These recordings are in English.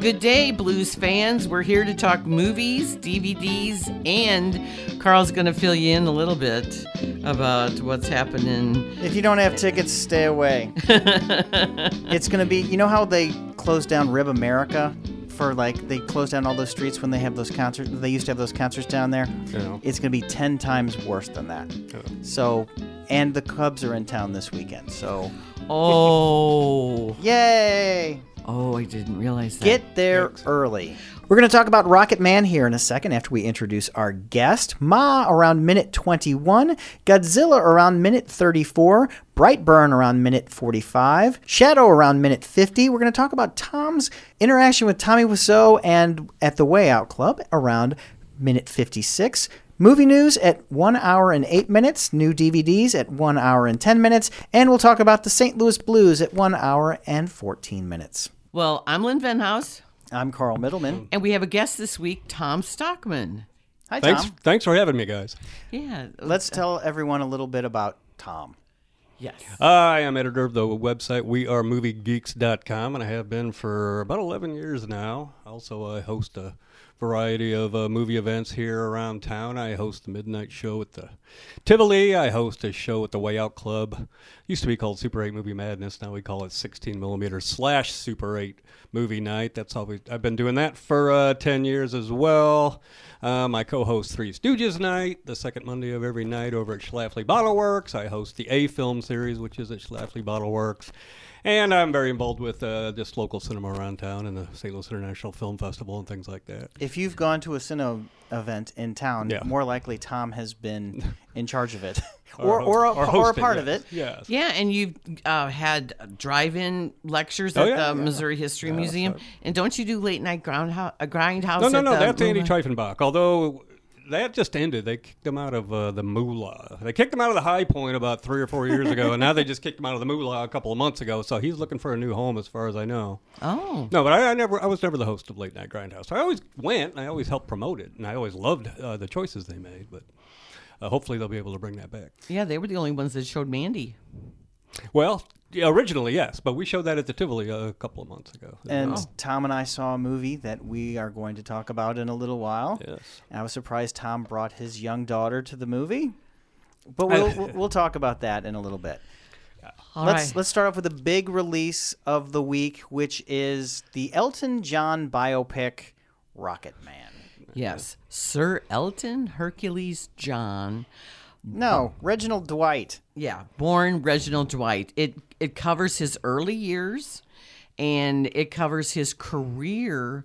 Today, blues fans, we're here to talk movies, DVDs, and Carl's going to fill you in a little bit about what's happening. If you don't have tickets, stay away. it's gonna be. You know how they closed down Rib America for like they closed down all those streets when they have those concerts. They used to have those concerts down there. Yeah. It's gonna be ten times worse than that. So, and the Cubs are in town this weekend. So, Oh, yay! oh, I didn't realize that. Get there early. We're going to talk about Rocket Man here in a second after we introduce our guest. Ma around minute 21, Godzilla around minute 34, Brightburn around minute 45, Shadow around minute 50. We're going to talk about Tom's interaction with Tommy Wiseau and at the Way Out Club around minute 56. Movie news at 1 hour and 8 minutes, new DVDs at 1 hour and 10 minutes, and we'll talk about the St. Louis Blues at 1 hour and 14 minutes. well, I'm Lynn Venhouse, I'm Carl Middleman. and we have a guest this week, Tom Stockman. Hi, Thanks, Tom. thanks for having me, guys. Yeah. Let's tell everyone a little bit about Tom. Yes. I am editor of the website wearemoviegeeks.com, and I have been for about 11 years now. Also, I host a variety of uh, movie events here around town. I host the midnight show at the Tivoli. I host a show at the Way Out Club. Used to be called Super 8 Movie Madness. Now we call it 16 millimeter slash Super 8 Movie Night. That's all we, I've been doing that for uh, 10 years as well. Um, I co-host Three Stooges Night, the second Monday of every night over at Schlafly Bottle Works. I host the A Film Series, which is at Schlafly Bottle Works. And I'm very involved with uh, just local cinema around town and the St. Louis International Film Festival and things like that. If you've gone to a Cine event in town, Yeah. more likely Tom has been in charge of it or, Or or, host- a, or, a hosting, part yes. of it. Yes. Yeah, and you've uh, had drive-in lectures Oh, at yeah, the yeah. Missouri History Museum, and don't you do late-night grindhouse? Uh, grindhouse No, no, at no. the That's Andy Moulin- Treifenbach. Although that just ended, they kicked him out of uh, the moolah. They kicked him out of the High Point about three or four years ago, and now they just kicked him out of the moolah a couple of months ago. So he's looking for a new home, as far as I know. Oh, No, but I, I never. I was never the host of Late Night Grindhouse. I always went. And I always helped promote it, and I always loved uh, the choices they made. But uh, hopefully, they'll be able to bring that back. yeah, they were the only ones that showed Mandy. Well, yeah, originally yes, but we showed that at the Tivoli a couple of months ago. And Tom and I saw a movie that we are going to talk about in a little while. Yes. And I was surprised Tom brought his young daughter to the movie. But we'll, we'll- we'll talk about that in a little bit. All let's right. let's start off with a big release of the week, which is the Elton John biopic Rocket Man. Yes, Sir Elton Hercules John. No, Reginald Dwight. Yeah, born Reginald Dwight. It it covers his early years, and it covers his career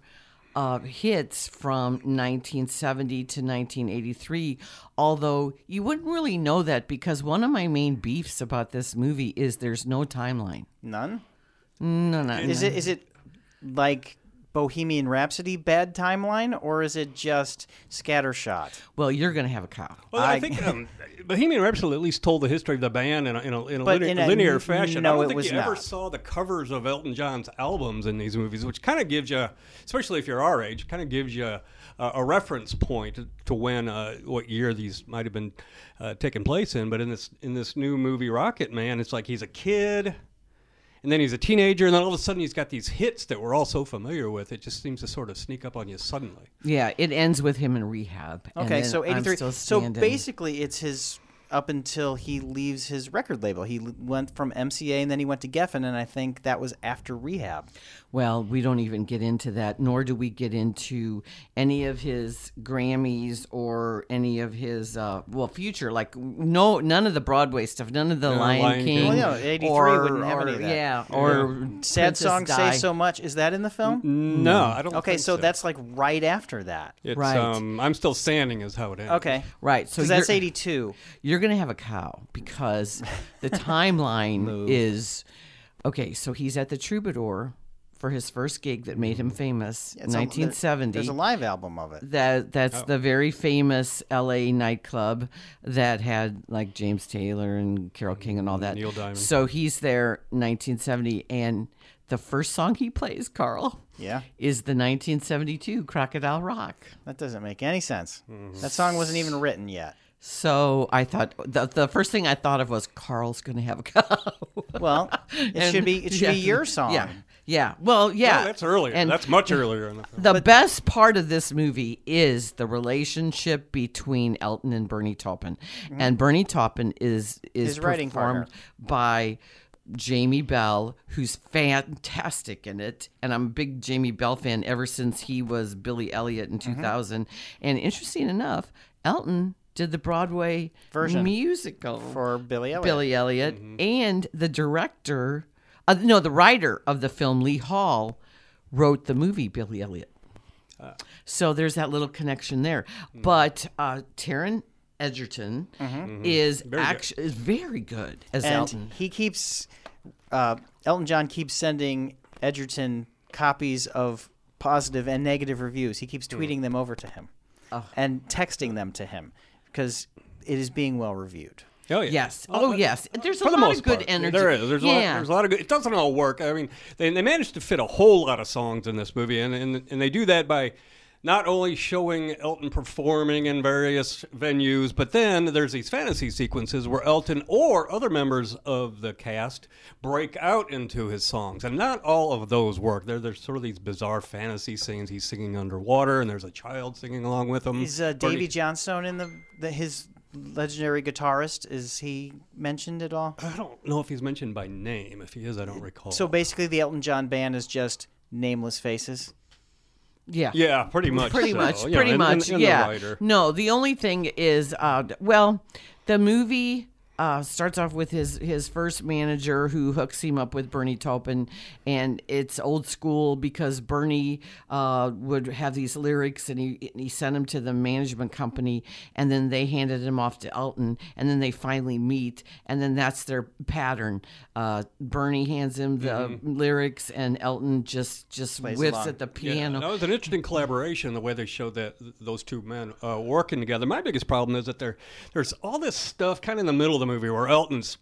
uh, hits from 1970 to 1983. Although you wouldn't really know that because one of my main beefs about this movie is there's no timeline. None. No, no, Is it is it like Bohemian Rhapsody bad timeline, or is it just scattershot? Well, you're gonna have a cow. Well, I, I- think um, Bohemian Rhapsody at least told the history of the band in a, in a, in a, But linear, in a- linear fashion. no, I don't it think was you ever not. saw the covers of Elton John's albums in these movies, which kind of gives you, especially if you're our age, kind of gives you a, a reference point to when, uh, what year these might have been uh, taking place in. But in this in this new movie, Rocket Man, it's like he's a kid. And then he's a teenager, and then all of a sudden he's got these hits that we're all so familiar with. It just seems to sort of sneak up on you suddenly. Yeah, it ends with him in rehab. and Okay, then so I'm eighty three. still So standing. basically, it's his up until he leaves his record label. He l- went from MCA and then he went to Geffen, and I think that was after Rehab. Well, we don't even get into that, nor do we get into any of his Grammys or any of his uh, well future. Like no, none of the Broadway stuff, none of the Lion, Lion King. King. Well, yeah, 83 or- wouldn't have any or- of that. Yeah, or Sad Princess song Di. say so much. Is that in the film? No, I don't. Hmm. Okay, think so, that's like right after that. It's, Right. Um, I'm still standing is how it ends. Okay, Right, so because that's you're- eighty two. You're gonna have a cow because the timeline is okay. So he's at the Troubadour for his first gig that made him famous, 1970. There's a live album of it. That Oh. that's the very famous L.A. nightclub that had like James Taylor and Carol King and all that. Neil Diamond. So he's there, 1970, and the first song he plays, Carl, Yeah, is the 1972 Crocodile Rock. that doesn't make any sense. That song wasn't even written yet. So I thought the the first thing I thought of was Carl's gonna have a cow. Well, it should be it should be your song. Yeah. Yeah. Well, yeah. No, Oh, that's earlier. And that's much earlier in the film. the best part of this movie is the relationship between Elton and Bernie Taupin, and Bernie Taupin is is Mm-hmm. His writing performed by Jamie Bell, who's fantastic in it. And I'm a big Jamie Bell fan ever since he was Billy Elliot Mm-hmm. in 2000. And interesting enough, Elton did the Broadway Version. musical for Billy Oh, Elliot. Billy Elliot, Mm-hmm. and the director, uh, no, the writer of the film, Lee Hall, wrote the movie Billy Elliot. Uh. So there's that little connection there. Mm. But uh, Taryn Edgerton Mm-hmm. is actually is very good as and Elton. he keeps uh, Elton John keeps sending Edgerton copies of positive and negative reviews. He keeps tweeting them over to him and texting them to him because it is being well reviewed. Oh yeah. Yes. Well, Oh, uh, yes. There's a For the lot most of good part, energy. there is. There's a lot. Yeah. There's a lot of good. It doesn't all work. I mean, they, they managed to fit a whole lot of songs in this movie, and, and and they do that by not only showing Elton performing in various venues, but then there's these fantasy sequences where Elton or other members of the cast break out into his songs, and not all of those work. There, there's sort of these bizarre fantasy scenes. He's singing underwater, and there's a child singing along with him. Is uh, Bernie- Davy Johnstone in the, the his legendary guitarist? Is he mentioned at all? I don't know if he's mentioned by name. If he is, I Uh, don't recall. So basically, the Elton John band is just nameless faces. yeah. Yeah, pretty much. Pretty so, much. you know, pretty and- and- much. and the yeah. writer. No, the only thing is, uh, d- well, the movie. Uh, starts off with his his first manager who hooks him up with Bernie Taupin, and it's old school because Bernie uh, would have these lyrics and he and he sent them to the management company, and then they handed him off to Elton, and then they finally meet, and then that's their pattern. Uh, Bernie hands him the lyrics, and Elton just just whiffs along. at the Mm-hmm. Yeah, piano. That was an interesting collaboration. The way they showed that th- those two men uh, working together. My biggest problem is that there, there's all this stuff kind of in the middle of the movie where Elton's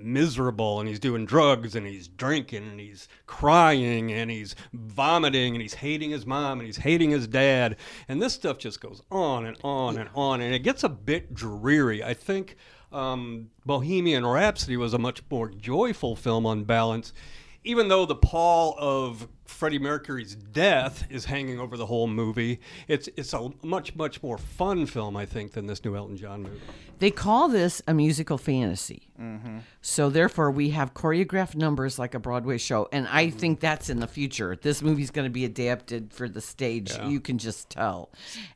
miserable and he's doing drugs and he's drinking and he's crying and he's vomiting and he's hating his mom and he's hating his dad and this stuff just goes on and on and on and it gets a bit dreary i think um, bohemian rhapsody was a much more joyful film on balance even though the pall of Freddie Mercury's death is hanging over the whole movie, it's it's a much much more fun film, I think, than this new Elton John movie. They call this a musical fantasy. So therefore, we have choreographed numbers like a Broadway show, and I think that's in the future. This movie's going to be adapted for the stage. You can just tell,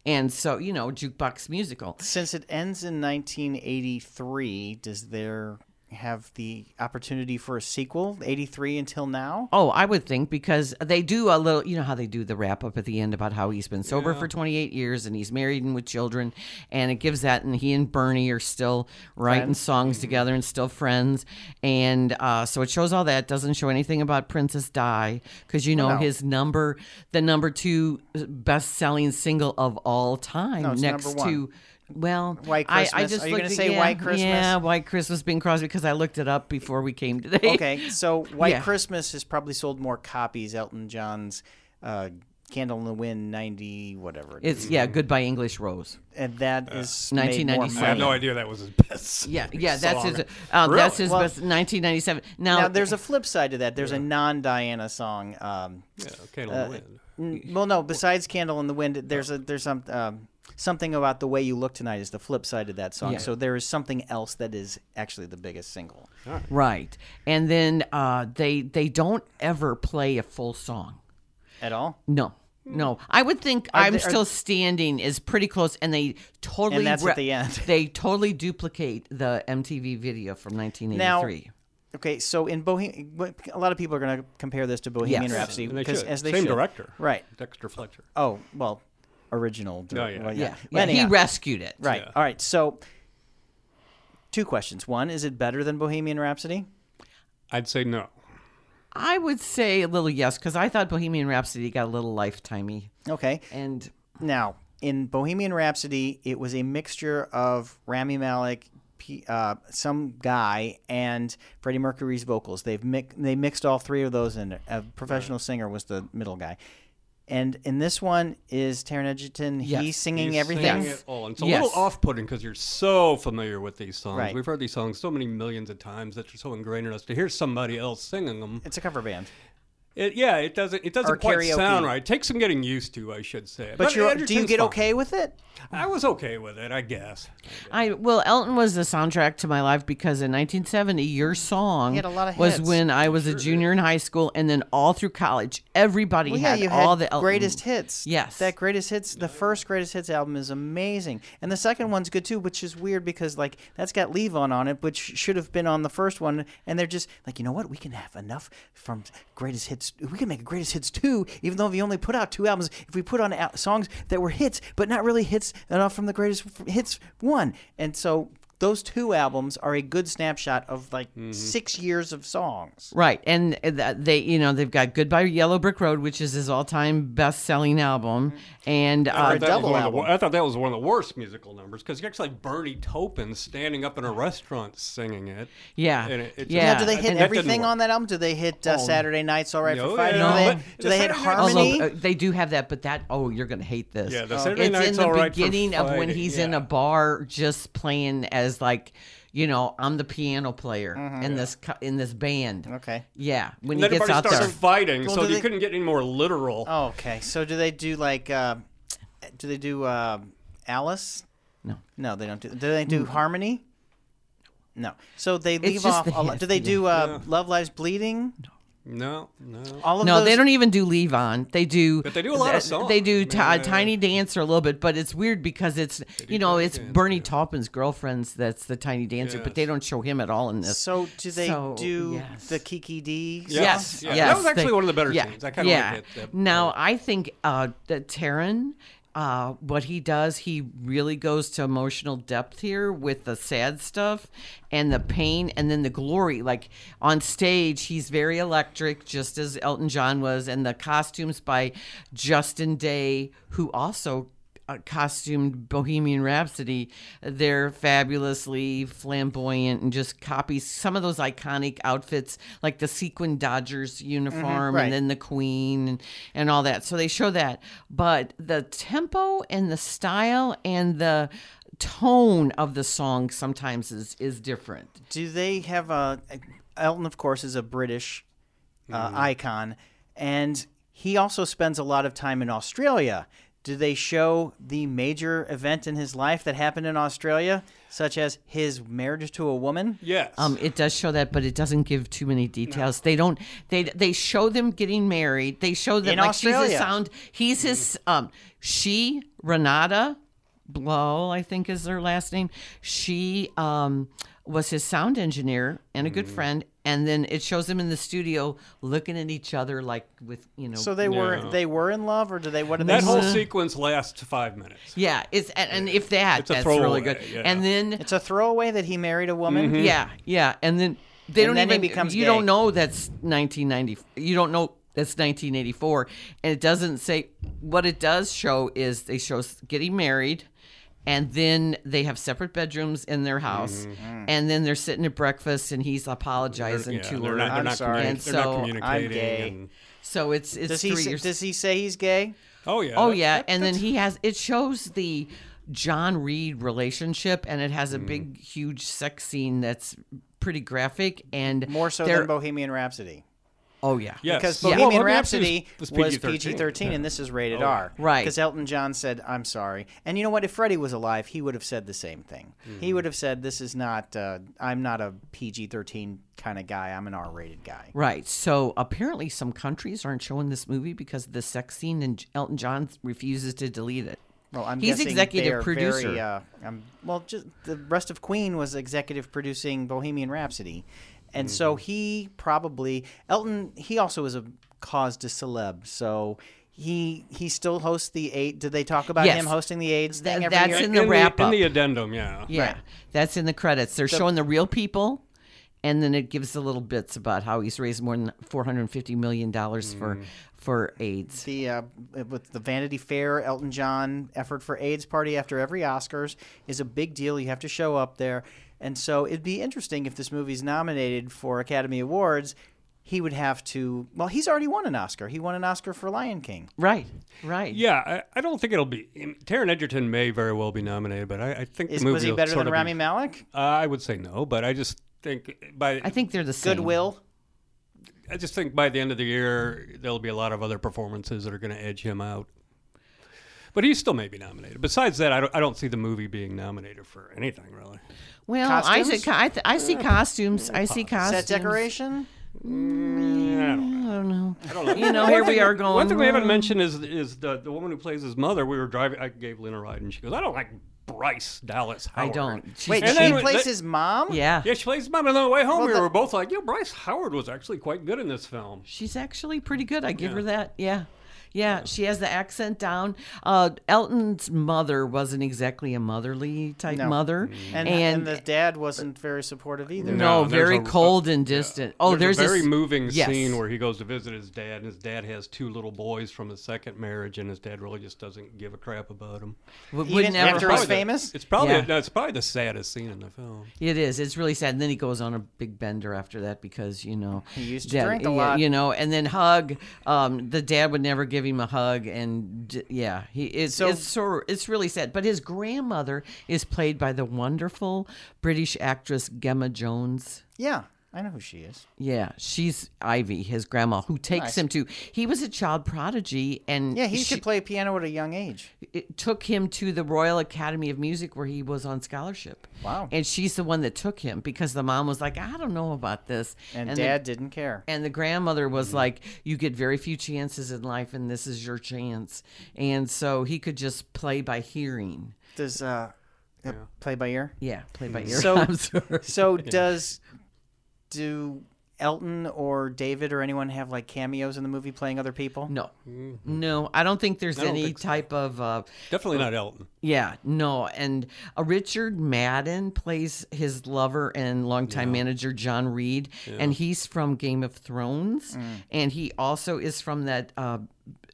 and so you know, jukebox musical. Since it ends in 1983, does there have the opportunity for a sequel? 83 until now? Oh, I would think because they do a little, you know how they do the wrap up at the end about how he's been sober for 28 years and he's married and with children. And it gives that, and he and Bernie are still writing songs Mm-hmm. together and still friends. And uh, so it shows all that. Doesn't show anything about Princess Di because, you know, his number, the number two best selling single of all time it's next number one. to. Well, White I, I Christmas. just Are you looked gonna at- say yeah, White Christmas? Yeah, White Christmas Bing Crosby because I looked it up before we came today. Okay, so White Yeah. Christmas has probably sold more copies. Elton John's uh, Candle in the Wind, 90, whatever. it is. It's yeah, goodbye English Rose. and that is made 1997. more Uh, I had money. no idea that was his best. Yeah, yeah, that's song. his. Uh, That's his Well- best. 1997. Now, Now, there's a flip side to that. There's a non Diana song. Um, Yeah, Candle in the Wind. n- well, no, besides Candle in the Wind, there's a there's some. Um, Something about the way you look tonight is the flip side of that song. Yeah. So there is something else that is actually the biggest single. right, and then uh, they they don't ever play a full song. At all? No, no. I would think I'm they- Hmm. are- still standing is pretty close, and they totally And that's at the end. They totally duplicate the MTV video from 1983. uh, Okay, so in Bohemian, a lot of people are going to compare this to Bohemian Yes. Rhapsody And they because should. as they Same should. director. right? Dexter Fletcher. Oh well, original. dir- Oh, yeah. well, yeah, Well, yeah, he anyhow, rescued it. right. All right. So, two questions. One, is it better than Bohemian Rhapsody? I'd say no. I would say a little yes because I thought Bohemian Rhapsody got a little lifetimey, Okay. and Now, in Bohemian Rhapsody, it was a mixture of Rami Malek, P- uh, some guy, and Freddie Mercury's vocals. They've mic- they mixed all three of those in. there. A professional singer was the middle guy, and in this one is Taron Egerton. He's Yes. singing He's everything. singing it all. And It's a Yes. little off-putting because you're so familiar with these songs. Right. We've heard these songs so many millions of times that you're so ingrained in us to hear somebody else singing them. It's a cover band. It, yeah, it doesn't. It doesn't Or quite karaoke. sound right. It takes some getting used to, I should say. But you're, do you Edgerton's get fine. okay with it? I was okay with it, I guess. I well, Elton was the soundtrack to my life because in 1970, your song He had a lot of was hits. when I was a junior in high school, and then all through college, everybody Well, yeah, had you all had the Elton. greatest hits. Yes. that greatest hits. The first greatest hits album is amazing, and the second one's good too, which is weird because like that's got Levon on it, which should have been on the first one. And they're just like, you know what? We can have enough from greatest hits. We can make a greatest hits two, even though we only put out two albums. If we put on out songs that were hits, but not really hits enough from the greatest f- hits one, and so. Those two albums are a good snapshot of like six years of songs. Right, and th- they, you know, they've got "Goodbye Yellow Brick Road," which is his all-time best-selling album, Mm-hmm. and I uh, thought that was double one of the album. wor- I thought that was one of the worst musical numbers because you actually like Bernie Taupin standing up in a restaurant singing it. yeah, And it- it- yeah. Now, do they hit and that everything didn't on that album? Do they hit uh, Saturday Nights All Right Oh. No, for Five? yeah, do they, but do they hit Saturday Night- Harmony? Although uh, they do have that, but that oh, you're gonna hate this. Yeah, the Saturday it's in Night's the All Right for beginning of when Friday, he's in yeah. a bar just playing as like, you know, I'm the piano player in this co- in this band. Mm-hmm. Okay. Yeah, when And he then gets everybody out starts there. fighting, Well, so do you they- couldn't get any more literal. oh, okay. So do they do like? Uh, do they do uh, Alice? No. Mm. No, they don't do. Do they do Harmony? No. So they leave just off. the A lot. hits, Do they yeah. do uh, Love Lives Bleeding? No, no. All of No, those. they don't even do Levon. They do. But they do a lot th- of songs. They do ti- Yeah. Tiny Dancer a little bit, but it's weird because it's you know Tiny it's Dancer, Bernie Taupin's girlfriend's that's the Tiny Dancer, but they Yes. don't show him at all in this. So do they So, do yes. the Kiki D? Yes, Yes, yes. yeah. That was actually one of the better scenes. I kinda yeah. liked it, that Now I think uh, that Taryn, uh, what he does, he really goes to emotional depth here with the sad stuff and the pain, and then the glory. Like on stage, he's very electric, just as Elton John was, and the costumes by Justin Day, who also uh, costumed Bohemian Rhapsody, they're fabulously flamboyant and just copies some of those iconic outfits, like the sequin Dodgers uniform right. and then the Queen and, and all that. So they show that. But the tempo and the style and the tone of the song sometimes is, is different. Do they have a Elton? Of course, is a British uh, icon, and he also spends a lot of time in Australia. Do they show the major event in his life that happened in Australia, such as his marriage to a woman? Yes. Um, it does show that, but it doesn't give too many details. They don't. They they show them getting married. They show them In like she's Australia. his sound. He's his um. She Renata Blow, I think is her last name. She um was his sound engineer and a good friend. And then it shows them in the studio looking at each other like with you know. So they were No. they were in love, or do they? What did that they? whole sequence lasts five minutes. yeah, it's and, and if that, a that's really good. throwaway, yeah. And then it's a throwaway that he married a woman. Yeah, yeah, and then they And don't then he even becomes you gay. don't know that's 1990. You don't know that's 1984, and it doesn't say what it does show is they show s- getting married. And then they have separate bedrooms in their house, and then they're sitting at breakfast, and he's apologizing Yeah, to they're her. not, they're I'm not sorry. communi- And they're not so I'm communicating. gay. and- so it's it's Does three he say, years. does he say he's gay? oh yeah. Oh that- yeah, that- and then that's- he has it shows the John Reed relationship, and it has a big, huge sex scene that's pretty graphic and More so they're- than Bohemian Rhapsody. oh yeah, Oh, Yes. Because Well, Bohemian Rhapsody Rhapsody was was PG-13. PG 13 and this is rated R. Right. Because Elton John said, I'm sorry. And you know what? If Freddie was alive, he would have said the same thing. Mm-hmm. He would have said, This is not, uh, I'm not a PG 13 kind of guy. I'm an R rated guy. Right. So apparently, some countries aren't showing this movie because of the sex scene, and Elton John refuses to delete it. Well, I'm he's guessing they executive are producer. Very, uh, um, well, just the rest of Queen was executive producing Bohemian Rhapsody, and so he probably Elton. He also is a cause to celeb, so he he still hosts the AIDS. Did they talk about Yes. him hosting the AIDS Th- thing every that's year? in the wrap in up. the addendum. Yeah. yeah, that's in the credits. They're showing the real people, and then it gives the little bits about how he's raised more than four hundred and fifty million dollars for Mm. for AIDS. the uh, with the Vanity Fair Elton John effort for AIDS party after every Oscars is a big deal. You have to show up there, and so it'd be interesting if this movie's nominated for Academy Awards. He would have to. Well, he's already won an Oscar. He won an Oscar for Lion King. Right. Right. Yeah, I, I don't think it'll be. Taron Egerton may very well be nominated, but I, I think Is, the movie was he will better sort than of be- Rami Malek? I would say no, but I just think by I think they're the same. Goodwill. I I just think by the end of the year, there'll be a lot of other performances that are going to edge him out. But he still may be nominated. Besides that, I don't, I don't see the movie being nominated for anything, really. Well, I, Costumes? see co- I, th- I see costumes. I see costumes. Set decoration? Yeah, I don't know. I don't know. I don't know. You know, here One we thing- are going. One thing we haven't "Mm." mentioned is is the, the woman who plays his mother. We were driving. I gave Lynn a ride, and she goes, "I don't like Bryce Dallas I Howard." don't. She's- Wait, And she then- plays that- his mom? yeah. Yeah, she plays his mom. And on the way home, Well, we the- were both like, "Yo, Bryce Howard was actually quite good in this film." She's actually pretty good. I give her that. Yeah. Yeah, she has the accent down. Uh, Elton's mother wasn't exactly a motherly type No. mother, And, and, the dad wasn't very supportive either. no, No, there's very a- cold and distant. Oh, there's, a a very s- moving yes. scene where he goes to visit his dad, and his dad has two little boys from his second marriage, and his dad really just doesn't give a crap about him. W- Even would never after hurt. he's famous? The, it's probably Yeah. no, it's probably the saddest scene in the film. It is. It's really sad. And then he goes on a big bender after that because you know he used to drink a lot. You know, and then hug. Um, the dad would never give him a hug, and d- yeah, he it's So- it's sor- it's really sad. But his grandmother is played by the wonderful British actress Gemma Jones. Yeah, I know who she is. Yeah, she's Ivy, his grandma, who takes Nice. him to. He was a child prodigy, and Yeah, he she- should play piano at a young age. it took him to the Royal Academy of Music where he was on scholarship. Wow. And she's the one that took him because the mom was like, I don't know about this. And, the- dad didn't care. and the grandmother was like, You get very few chances in life, and this is your chance. And so he could just play by hearing. Does uh, uh, play by ear? Yeah, play by ear. So- I'm sorry. So does do Elton or David or anyone have like cameos in the movie playing other people? No, no, I don't think there's don't any think so. type of uh, Definitely not Elton. Yeah, no. And uh, Richard Madden plays his lover and longtime manager, John Reed. And he's from Game of Thrones. Mm. And he also is from that uh,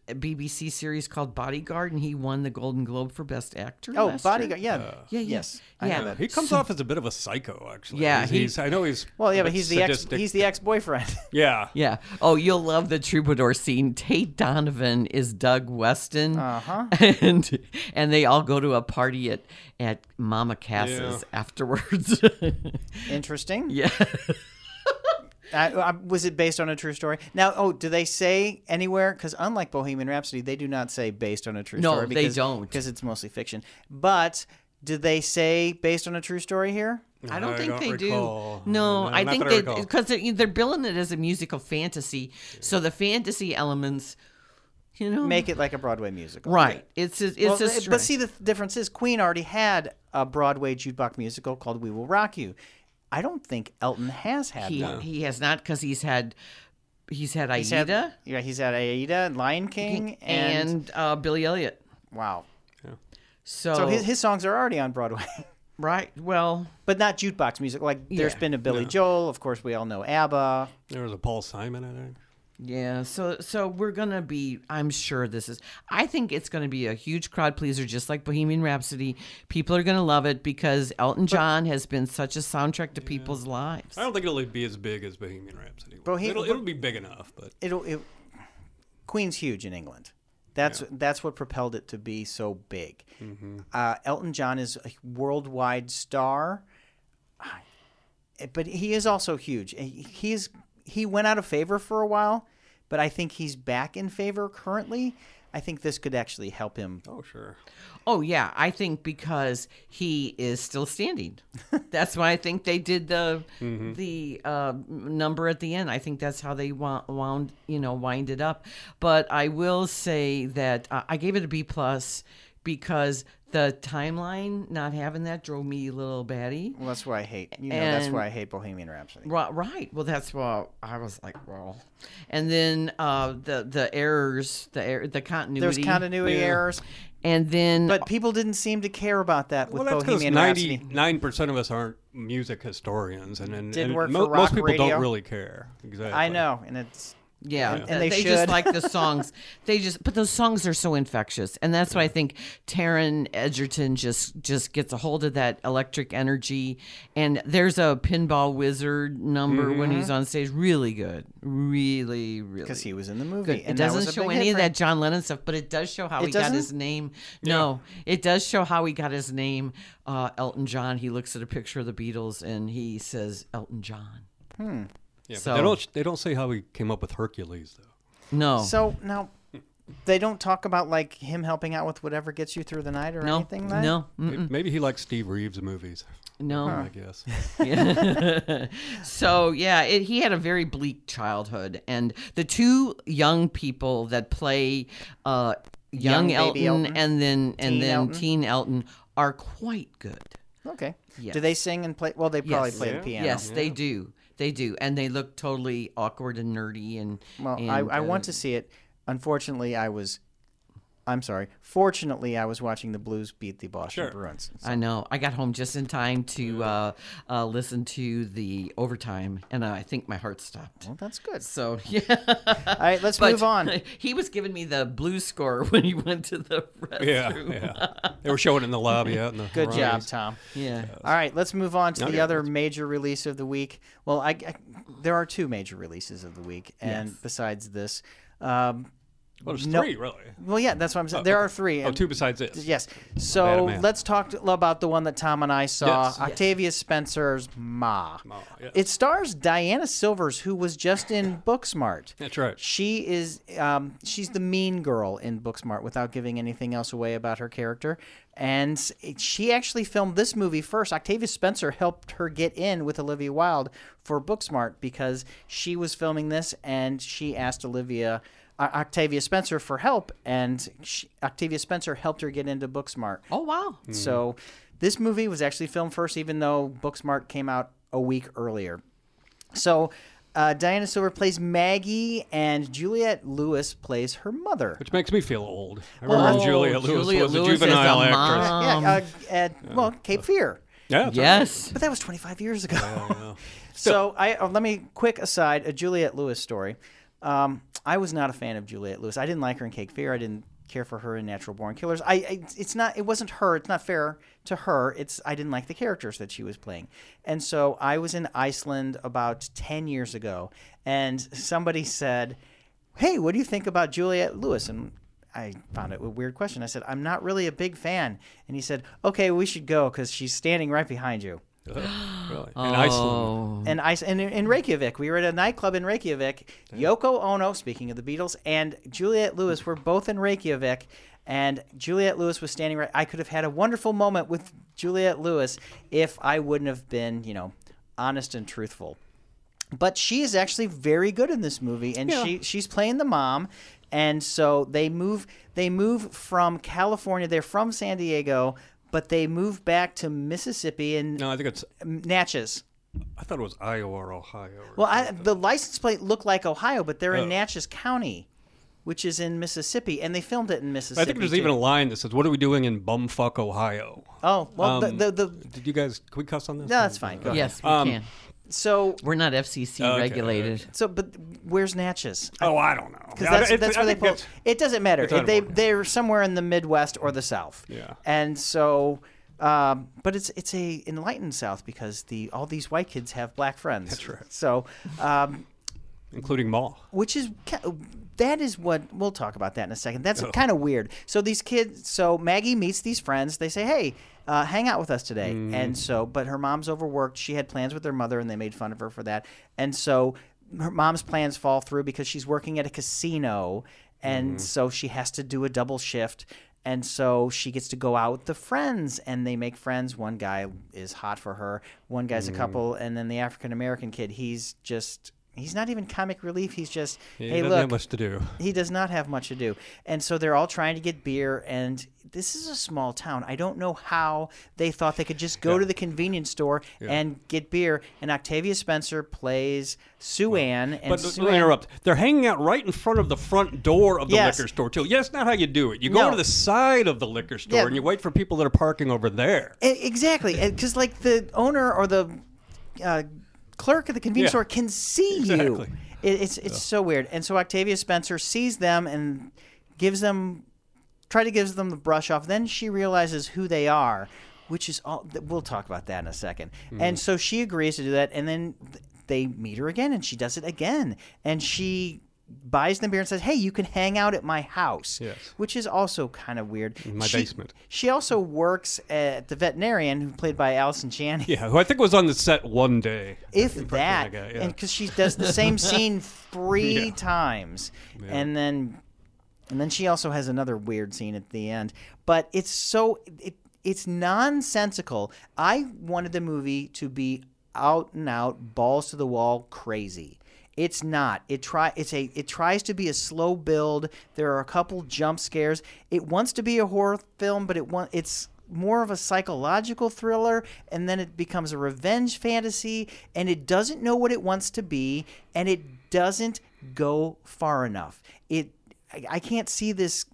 BBC series called Bodyguard. And he won the Golden Globe for Best Actor. Oh, last year. bodyguard. Yeah. Yeah, yeah. Yes. I Yeah. know that. He comes off as a bit of a psycho, actually. Yeah, he's, he- he's- I know he's Well, yeah, a but bit he's the ex. sadistic. He's the ex-boyfriend. yeah. Yeah. Oh, you'll love the troubadour scene. Tate Donovan is Doug Weston. Uh-huh. And and they all go to a party at, at Mama Cass's afterwards. Interesting. yeah. I, I, was it based on a true story? Now, oh, do they say anywhere? Because unlike Bohemian Rhapsody, they do not say based on a true No, story. they because, don't. Because it's mostly fiction. But do they say based on a true story here? I don't I think don't they recall. do. No, No, I not think that I they recall. because they're, they're billing it as a musical fantasy, so the fantasy elements, you know, Make it like a Broadway musical. right. It's a, it's Well, a th- stretch. but see, the th- difference is Queen already had a Broadway jukebox musical called "We Will Rock You." I don't think Elton has had he, one. he has not because he's had he's had He's Aida had- yeah, he's had Aida, and Lion King, and, and, uh, Billy Elliot. wow. So, So his, his songs are already on Broadway. right, well, but not jukebox music. Like there's Yeah. been a Billy Joel, of course we all know ABBA. There was a Paul Simon, I think. yeah. So so we're gonna be. I'm sure this is. I think it's gonna be a huge crowd pleaser, just like Bohemian Rhapsody. People are gonna love it because Elton John has been such a soundtrack to people's lives. I don't think it'll be as big as Bohemian Rhapsody. Bohe- Was. It'll, it'll be big enough, but It'll it, Queen's huge in England. That's that's what propelled it to be so big. Mm-hmm. Uh, Elton John is a worldwide star, I- but he is also huge. He is he went out of favor for a while, but I think he's back in favor currently. I think this could actually help him. oh sure. Oh yeah, I think because he is still standing. that's why I think they did the the uh, number at the end. I think that's how they wa- wound you know wind it up. But I will say that uh, I gave it a B plus because the timeline not having that drove me a little batty. Well, that's why I hate. You know, that's And- why I hate Bohemian Rhapsody. Right, right. Well, that's why I was like, well, and then uh, the the errors, the er- the continuity, There's continuity Yeah. errors, and then but people didn't seem to care about that with Well, that's because Bohemian Rhapsody. ninety-nine percent of us aren't music historians, and, and, Did and work mo- for rock most people radio. don't really care. Exactly. I know, and it's Yeah, And- uh, and they should. just like the songs. They just, but those songs are so infectious, and that's why I think Taryn Edgerton just just gets a hold of that electric energy. And there's a pinball wizard number when he's on stage, really good, really, really. because Mm-hmm. he was in the movie. it And that was doesn't a show big any hit of for that him. John Lennon stuff, but it does show how It he got doesn't? his name. No, it does show how he got his name. Uh, Elton John. He looks at a picture of the Beatles and he says Elton John. Yeah, so but they don't they don't say how he came up with Hercules though. no, So now they don't talk about like him helping out with whatever gets you through the night or no, anything. Like? no, mm, May- Maybe he likes Steve Reeves movies. no. I guess. So yeah, it, he had a very bleak childhood, and the two young people that play uh, young, Young Elton, baby Elton. and then and Teen then Elton. Teen Elton are quite good. Okay. Yes. Do they sing and play? Well, they probably Yes. play Yeah. the piano. Yes, they do. They do, and they look totally awkward and nerdy. And Well, and, I, I uh, want to see it. Unfortunately, I was. I'm sorry. Fortunately, I was watching the Blues beat the Boston Sure. Bruins. I know. I got home just in time Mm. to uh, uh, listen to the overtime, and I think my heart stopped. Well, that's good. So yeah. All right, let's But move on. He was giving me the blue score when he went to the yeah, restroom. yeah. They were showing it in the lobby out in the Good job, Ryan's. Tom. Yeah. All right, let's move on to the Okay. other major release of the week. Well, I, I- there are two major releases of the week, and besides this, um, Well, there's No. three really. well, yeah, that's what I'm saying. there are three. Oh, and- two besides this. Yes. bad So at math. let's talk t- about the one that Tom and I saw, Yes. Yes. Octavia Spencer's Ma. Ma, yeah. It stars Diana Silvers, who was just in Booksmart. That's right. She is um, she's the mean girl in Booksmart without giving anything else away about her character. And s- it- she actually filmed this movie first. Octavia Spencer helped her get in with Olivia Wilde for Booksmart because she was filming this and she asked Olivia uh, Octavia Spencer for help and she, Octavia Spencer helped her get into Booksmart. Oh wow. So this movie was actually filmed first, even though Booksmart came out a week earlier. So uh, Diana Silver plays Maggie, and Juliette Lewis plays her mother. Which makes me feel old. I remember Oh, Julia Lewis Juliet was Lewis a as a juvenile mom. actress. yeah, uh, at, well, Cape Fear. Yeah, that's right. Yes. But that was 25 years ago. know. so I oh, let me quick aside a Juliette Lewis story. Um, I was not a fan of Juliette Lewis. I didn't like her in Cake Fear. I didn't care for her in Natural Born Killers. I, I it's not it wasn't her. It's not fair to her. It's I didn't like the characters that she was playing. And so I was in Iceland about 10 years ago, and somebody said, "Hey, what do you think about Juliette Lewis?" And I found it a weird question. I said, "I'm not really a big fan." And he said, "Okay, we should go because she's standing right behind you." Uh, really. Oh. In Iceland. Oh. and I and in- in Reykjavik, we were at a nightclub in Reykjavik. Yoko Ono, speaking of the Beatles, and Juliette Lewis were both in Reykjavik, and Juliette Lewis was standing right. I could have had a wonderful moment with Juliette Lewis if I wouldn't have been, you know, honest and truthful. But she is actually very good in this movie, and she she's playing the mom. And so they move they move from California. They're from San Diego, but they move back to Mississippi and No, I think it's. Natchez. I thought it was Iowa or Ohio. or- Well, I, the license plate looked like Ohio, but they're Oh. in Natchez County, which is in Mississippi, and they filmed it in Mississippi. I think there's even a too. line that says, "What are we doing in bumfuck Ohio?" oh well, Um, the, the, the Did you guys? Can we cuss on this? no, that's fine. Go ahead. Yes, we can. So We're not FCC Um, okay, regulated. so, but where's Natchez? Oh, I don't know. Because that's, that's where they pull. It doesn't matter. it's out of They order. they're somewhere in the Midwest or the South. Yeah. And so, um, but it's it's a enlightened South because the all these white kids have black friends. That's right. So, um, including Maul. which is ki- that is what we'll talk about that in a second. That's kind of weird. So these kids, so Maggie meets these friends. They say, "Hey, uh, hang out with us today." And so, but her mom's overworked. She had plans with her mother, and they made fun of her for that. And so, her mom's plans fall through because she's working at a casino, and so she has to do a double shift. And so she gets to go out with the friends, and they make friends. One guy is hot for her. One guy's Mm. a couple, and then the African American kid, he's just he's not even comic relief. He's just Yeah, hey, doesn't look, have much to do. he does not have much to do. And so they're all trying to get beer. And this is a small town. I don't know how they thought they could just go to the convenience store and get beer. And Octavia Spencer plays Sue Ann. And But Sue let me Ann- interrupt. They're hanging out right in front of the front door of the Yes. liquor store too. Yeah, that's not how you do it. You go No. to the side of the liquor store Yeah. and you wait for people that are parking over there. E- exactly. Because, like, the owner or the uh, clerk at the convenience Yeah. store can see Exactly. you. It, it's it's so weird. And so Octavia Spencer sees them and gives them try to gives them the brush off. Then she realizes who they are, which is all. th- We'll talk about that in a 2nd Mm-hmm. And so she agrees to do that, and then th- they meet her again, and she does it again, and she buys them beer and says, "Hey, you can hang out at my house," Yes. which is also kind of weird. In my She- basement. She also works at the veterinarian, who played by Allison Janney. Yeah, who I think was on the set one day. If that that, guy, yeah. and because she does the same scene three times, and then and then she also has another weird scene at the end. But it's so it it's nonsensical. I wanted the movie to be out and out, balls to the wall, crazy. It's not. It try it's a it tries to be a slow build. There are a couple jump scares. It wants to be a horror film, but it want it's more of a psychological thriller and then it becomes a revenge fantasy and it doesn't know what it wants to be and it doesn't go far enough. It I, I can't see this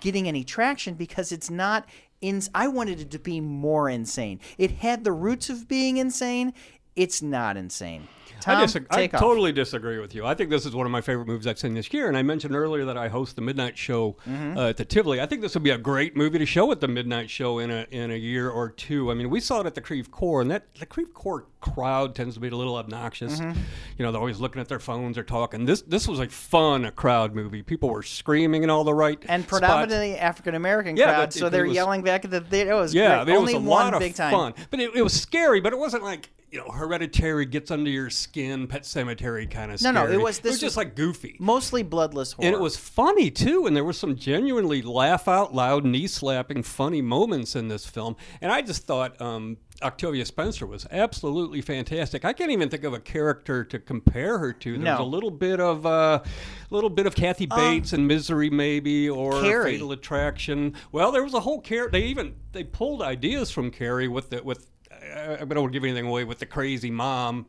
getting any traction because it's not in I wanted it to be more insane. It had the roots of being insane. It's not insane. Tom, I, disag- I take off. totally disagree with you. I think this is one of my favorite movies I've seen this year. And I mentioned earlier that I host the Midnight Show Mm-hmm. uh, at the Tivoli. I think this would be a great movie to show at the Midnight Show in a in a year or two. I mean, we saw it at the Creve Core, and that the Creve Core crowd tends to be a little obnoxious. Mm-hmm. You know, they're always looking at their phones or talking. This this was a fun crowd movie. People were screaming in all the right and spots. predominantly African American Yeah, crowd, but so it- they're it was- yelling back at the theater. It was Yeah, great. I mean, only it was a one lot big of time. fun, but it, it was scary. But it wasn't like you know, hereditary gets under your skin, Pet Cemetery kind of. No, no, it scary. was- It this was just was- like goofy. Mostly bloodless horror. And it was funny too, and there were some genuinely laugh out loud, knee slapping, funny moments in this film. And I just thought um, Octavia Spencer was absolutely fantastic. I can't even think of a character to compare her to. There was No. Uh, a little bit of a uh, little bit of Kathy Bates in Misery, maybe, or Carrie. Fatal Attraction. Well, there was a whole character. They even they pulled ideas from Carrie with the with. I I don't want to give anything away with the crazy mom,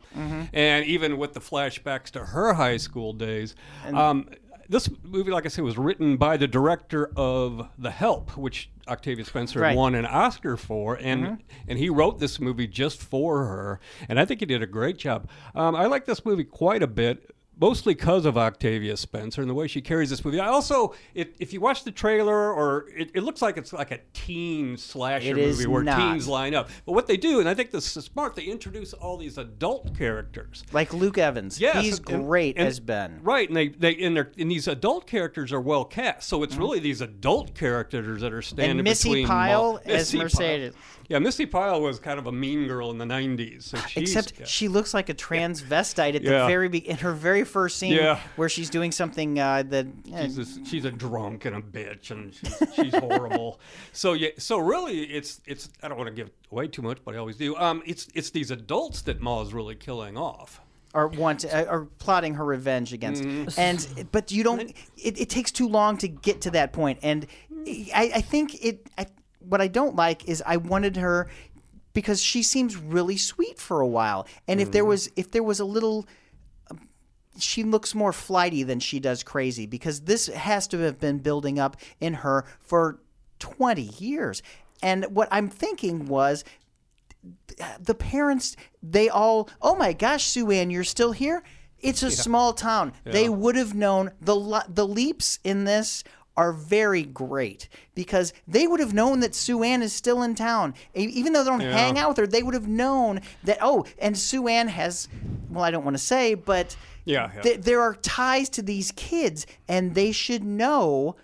and even with the flashbacks to her high school days. Um, this movie, like I said, was written by the director of The Help, which Octavia Spencer Right. won an Oscar for, and Mm-hmm. and he wrote this movie just for her, and I think he did a great job. Um, I like this movie quite a bit. Mostly because of Octavia Spencer and the way she carries this movie. I also, it, if you watch the trailer, or it, it looks like it's like a teen slasher It is movie where not. teens line up. But what they do, and I think this is smart, they introduce all these adult characters. like Luke Evans. Yes, he's and- great and- as Ben. Right, and they they and, they're, and these adult characters are well cast, so it's really these adult characters that are standing And Missy between. Pyle mul- as Missy Pyle. Mercedes. Yeah, Missy Pyle was kind of a mean girl in the '90s. So she's, Except yeah. she looks like a transvestite at the Yeah. very be- in her very first scene Yeah. where she's doing something uh, that eh, she's a, she's a drunk and a bitch, and she's, she's horrible. So yeah, so really, it's it's I don't want to give away too much, but I always do. Um, it's it's these adults that Ma's really killing off. or want uh, or plotting her revenge against and but you don't it, it takes too long to get to that point and i, I think it I, what i don't like is i wanted her because she seems really sweet for a while and if there was if there was a little she looks more flighty than she does crazy because this has to have been building up in her for 20 years. And what I'm thinking was the parents, they all, oh my gosh, Sue Ann, you're still here? It's a small town. They would have known the lo- the leaps in this are very great because they would have known that Sue Ann is still in town. E- Even though they don't hang out with her, they would have known that, oh, and Sue Ann has, well, I don't want to say, but Yeah, yeah. th- there are ties to these kids, and they should know.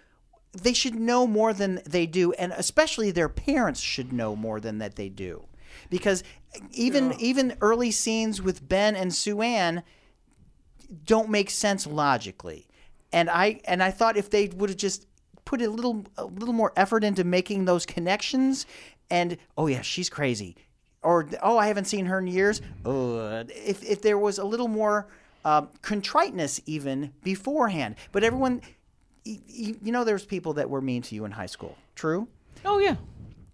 They should know more than they do, and especially their parents should know more than that they do, because even even early scenes with Ben and Sue Ann don't make sense logically, and I and I thought if they would have just put a little a little more effort into making those connections, and oh yeah, she's crazy, or oh I haven't seen her in years. Uh, if if there was a little more uh, contriteness even beforehand, but everyone, y- y- you know, there's people that were mean to you in high school. True. Oh yeah,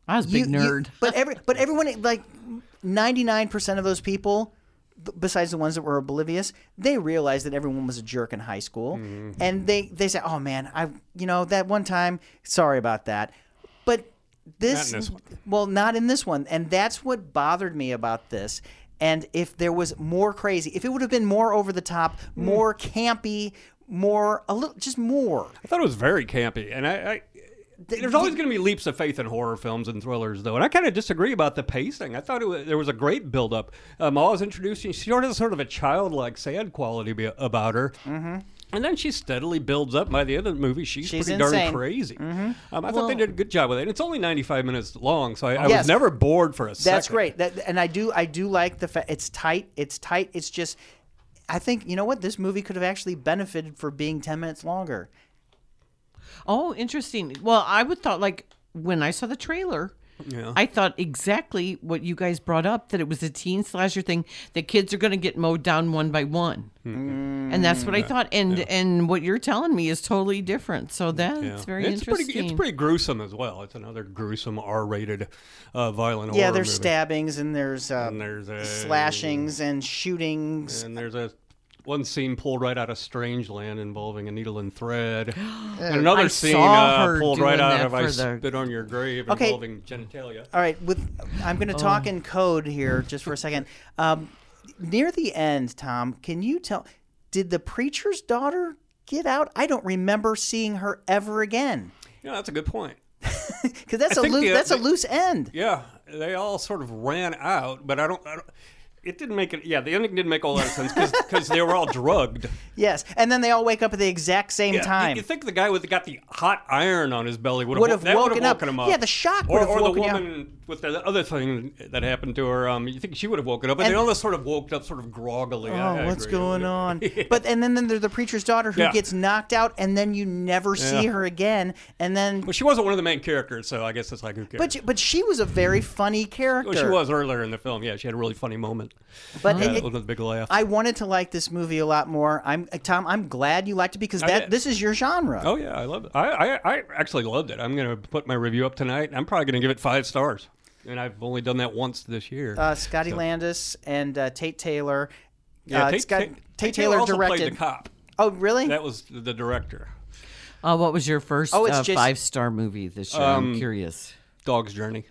I was a big You- you- nerd. but every but everyone like ninety nine percent of those people, b- besides the ones that were oblivious, they realized that everyone was a jerk in high school, Mm-hmm. and they they say, "Oh man, I you know that one time, sorry about that," but this, Not in this one. well, not in this one, and that's what bothered me about this. And if there was more crazy, if it would have been more over the top, Hmm. more campy, more a little, just more. I thought it was very campy, and I. I there's always going to be leaps of faith in horror films and thrillers, though, and I kind of disagree about the pacing. I thought it was, there was a great buildup. Um, I was introducing; she sort of has sort of a childlike, sad quality be- about her. Mm-hmm. And then she steadily builds up. By the end of the movie, she's, She's pretty insane. Mm-hmm. darn crazy. Um, I thought they did a good job with it. And it's only 95 minutes long, so I, I Yes. was never bored for a second. That's great. That, and I do I do like the fact it's tight. It's tight. It's just I think you know what this movie could have actually benefited for being 10 minutes longer. Oh, interesting. Well, I would thought like when I saw the trailer, Yeah. I thought exactly what you guys brought up that it was a teen slasher thing. The kids are going to get mowed down one by one, and that's what I thought. And and what you're telling me is totally different. So that's Yeah. very it's interesting. Pretty, it's pretty gruesome as well. It's another gruesome R-rated uh, violent Yeah, horror there's movie. stabbings and there's, uh, And there's a slashings and shootings. And there's a one scene pulled right out of Strangeland involving a needle and thread, and another I scene saw uh, her pulled right doing out that of "I for the- Spit on Your Grave" Okay. involving genitalia. All right, with I'm going to talk Um. in code here just for a second. Um, near the end, Tom, can you tell? Did the preacher's daughter get out? I don't remember seeing her ever again Yeah, that's a good point. because that's a think loose, the- that's a the- loose end. Yeah, they all sort of ran out, but I don't. I don't it didn't make it. Yeah, the ending didn't make all that sense because they were all drugged. Yes, and then they all wake up at the exact same Yeah, time. You, you think the guy with got the hot iron on his belly would Would have, have that would woken have up. woken him up? Yeah, the shock would or, have or woken you the up. woman with the other thing that happened to her. Um, you think she would have woken up? But And- they all just sort of woke up, sort of groggily. Oh, I- I what's agree with going you. on? But and then, then there's the preacher's daughter who Yeah. gets knocked out, and then you never see Yeah. her again. And then, Well, she wasn't one of the main characters, so I guess it's like who cares? but she- but she was a very funny character. well, she was earlier in the film. Yeah, she had a really funny moment. But yeah, it- it, was a big laugh. I wanted to like this movie a lot more. I'm uh, Tom. I'm glad you liked it because that did. this is your genre. oh yeah, I love it. I, I I actually loved it. I'm gonna put my review up tonight. I'm probably gonna give it five stars, and I've only done that once this year. Uh, Scotty Landis and uh, Tate Taylor. yeah, uh, Tate, Scott- Tate- Tate Taylor Taylor also played directed. the cop. Oh, really? That was the director. uh, what was your first Oh, it's uh, just- five star movie this year? Um, I'm curious. Dog's Journey.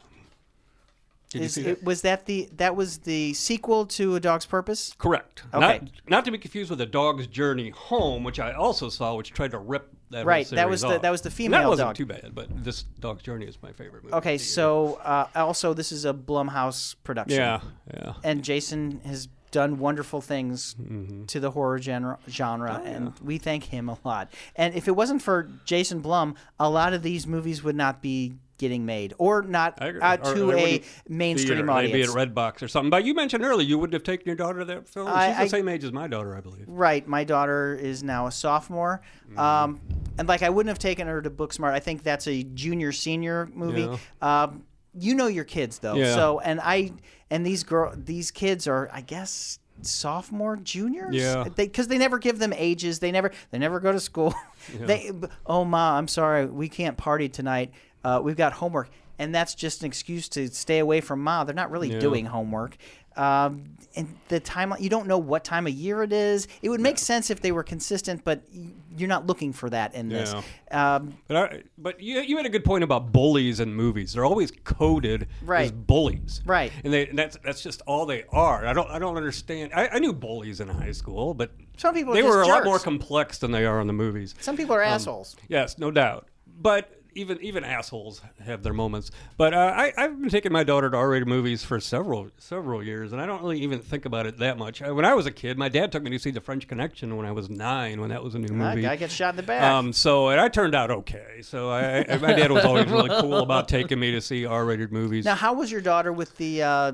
Did Is- you see that? it- was that the that was the sequel to A Dog's Purpose? Correct. Okay. Not, not to be confused with the dog's journey home, which I also saw, which tried to rip that whole Right, that series was the- off. that was the And female That wasn't dog. too bad, but this dog's journey is my favorite movie. Okay, so uh, also this is a Blumhouse production. Yeah, yeah. and Jason has done wonderful things Mm-hmm. to the horror genre, genre and we thank him a lot. And if it wasn't for Jason Blum, a lot of these movies would not be getting made or not I agree. uh, to Or they a wouldn't mainstream theater, Maybe audience. at Redbox or something. But you mentioned earlier you wouldn't have taken your daughter to that film. I- She's I- the same age as my daughter, I believe. Right, my daughter is now a sophomore. Mm-hmm. Um, and like I wouldn't have taken her to Booksmart. I think that's a junior senior movie. Um, you know your kids though. Yeah. So and I and these girl these kids are I guess sophomore juniors Uh, Yeah. because they, never give them ages they never they never go to school they oh ma i'm sorry we can't party tonight uh, we've got homework and that's just an excuse to stay away from ma they're not really doing homework um, and the time you don't know what time of year it is it would make sense if they were consistent but y- you're not looking for that in this um, But, I, but you, you had a good point about bullies in movies. They're always coded as Right. bullies, Right. And, they, and that's that's just all they are. I don't I don't understand. I, I knew bullies in high school, but Some people are they just were a lot jerks. more complex than they are in the movies. some people are Um, assholes Yes, no doubt. But even even assholes have their moments. But uh, I, I've been taking my daughter to R-rated movies for several several years, and I don't really even think about it that much. Uh, When I was a kid, my dad took me to see The French Connection when I was nine, when that was a new that movie. Ah, guy gets shot in the back Um, so and I turned out okay. So I, I, my dad was always really cool about taking me to see R-rated movies. now how was your daughter with the uh,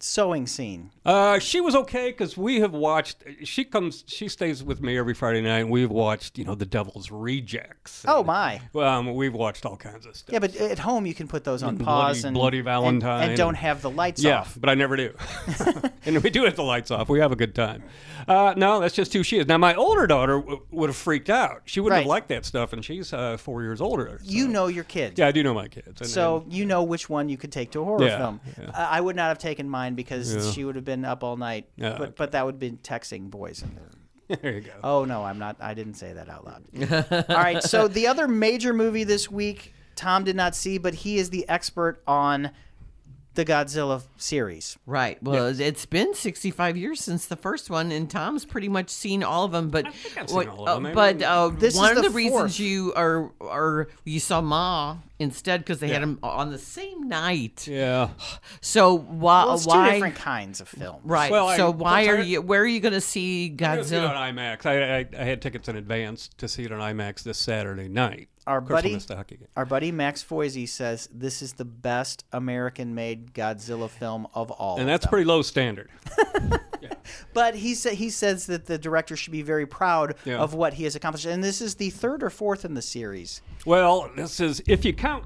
sewing scene Uh, she was okay because we have watched. She comes. She stays with me every Friday night. and We've watched, you know, The Devil's Rejects. oh my Um, we've watched all kinds of stuff. Yeah, but at home you can put those on Bloody- pause and Bloody and- Valentine and, don't and- have the lights Yeah, off. but I never do. and we do have the lights off. We have a good time. Uh, no, that's just who she is. Now, my older daughter w- would have freaked out. She wouldn't have Right. liked that stuff, and she's uh, four years older. so- You know your kid, Yeah, I do know my kids. and- so you know which one you could take to a horror Yeah, film. yeah. I I would not have taken mine because she would have been up all night. Yeah. But but that would be texting boys. And and- there you go. oh no, I'm not. I didn't say that out loud. all right. So the other major movie this week, Tom did not see, but he is the expert on the Godzilla series. Right. Well, it's been 65 years since the first one, and Tom's pretty much seen all of them. But think I've seen all of uh, them. I but mean- uh, This one is of the the reasons fourth. you are are you saw Ma instead because they had Yeah. them on the same night. Yeah. So why? Well, Oh, it's why? two different kinds of films. Right. Well, I- so why are sometimes- you? Where are you going to see I didn't see it Godzilla? on IMAX. I, I, I had tickets in advance to see it on IMAX this Saturday night. Our of course, buddy- I missed the hockey game. Our buddy Max Foisey says this is the best American-made Godzilla film of all. And that's of them. pretty low standard. But he sa- he says that the director should be very proud Yeah. of what he has accomplished, and this is the third or fourth in the series. Well, this is if you count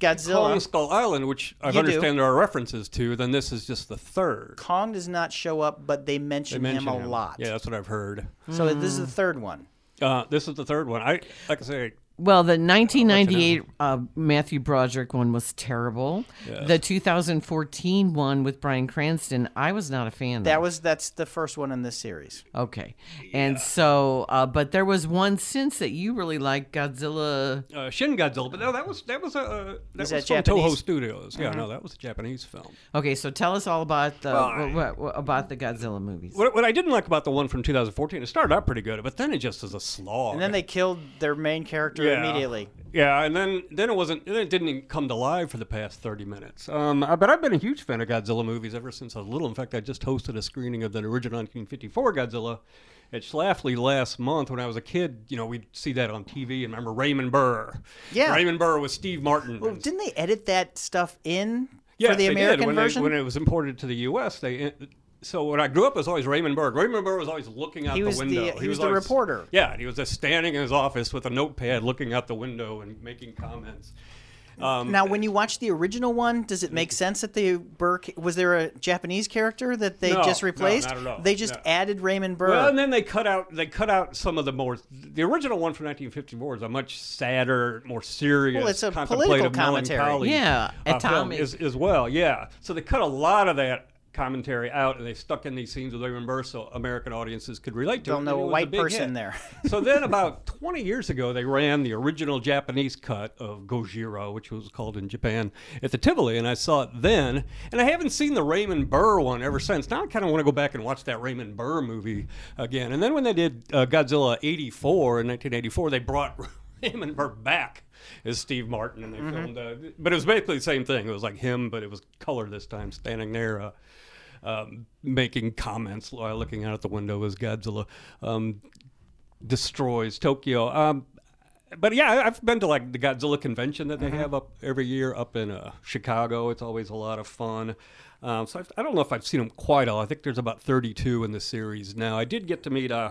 Godzilla. Kong Skull Island, which I You do. understand there are references to, then this is just the third. Kong does not show up, but they mention, Mention him a lot. Yeah, that's what I've heard. So this is the third one. Uh, this is the third one. I like I say, Well, the 1998 uh, Matthew Broderick one was terrible. The 2014 one with Brian Cranston, I was not a fan. That of. was that's the first one in this series. okay. And so, uh, but there was one since that you really liked, Godzilla. uh, Shin Godzilla, but no, that was that was a uh, that Is was that from Japanese? Uh-huh. Toho Studios. Yeah, no, that was a Japanese film. Okay, so tell us all about the Well, wha- wha- about the Godzilla movies. What, what I didn't like about the one from 2014, it started out pretty good, but then it just is a slog. And then they killed their main character immediately. Yeah, and then then it wasn't then it didn't even come to life for the past thirty minutes. Um, I- but I've been a huge fan of Godzilla movies ever since I was little. In fact, I just hosted a screening of the original 1954 Godzilla at Schlafly last month. When I was a kid, you know, we'd see that on TV. And remember Raymond Burr? Yeah. Raymond Burr with Steve Martin. Well, and- didn't they edit that stuff in Yes, for the they did. American when they- version? when it was imported to the U.S. They eh, so when I grew up, it was always Raymond Burr. Raymond Burr was always looking out He was the- the window. he was the always- reporter. Yeah, and he was just standing in his office with a notepad, looking out the window and making comments. Um, now, when you watch the original one, does it make sense that the Burr was there a Japanese character that they No, just no, replaced? not at all. They just No. added Raymond Burr. Well, and then they cut out they cut out some of the more the original one from 1954 is a much sadder, more serious, Well, it's a contemplative political commentary. melancholy, Yeah, uh, film atomic. as, as well. Yeah, so they cut a lot of that commentary out, and they stuck in these scenes with Raymond Burr so American audiences could relate to. it, They'll know and it a was white big person hit. there. so then, about 20 years ago, they ran the original Japanese cut of Gojira, which was called in Japan at the Tivoli, and I saw it then. And I haven't seen the Raymond Burr one ever since. Now I kind of want to go back and watch that Raymond Burr movie again. And then when they did uh, Godzilla 84 in 1984, they brought Raymond Burr back as Steve Martin, and they filmed. Uh, but it was basically the same thing. It was like him, but it was color this time, standing there. Uh, um, making comments while looking out the window as Godzilla um, destroys Tokyo. Um, but yeah, I- I've been to like the Godzilla convention that they Mm-hmm. have up every year up in uh, Chicago. It's always a lot of fun. Um, so I've, I don't know if I've seen them quite all. I think there's about 32 in the series now. I did get to meet uh,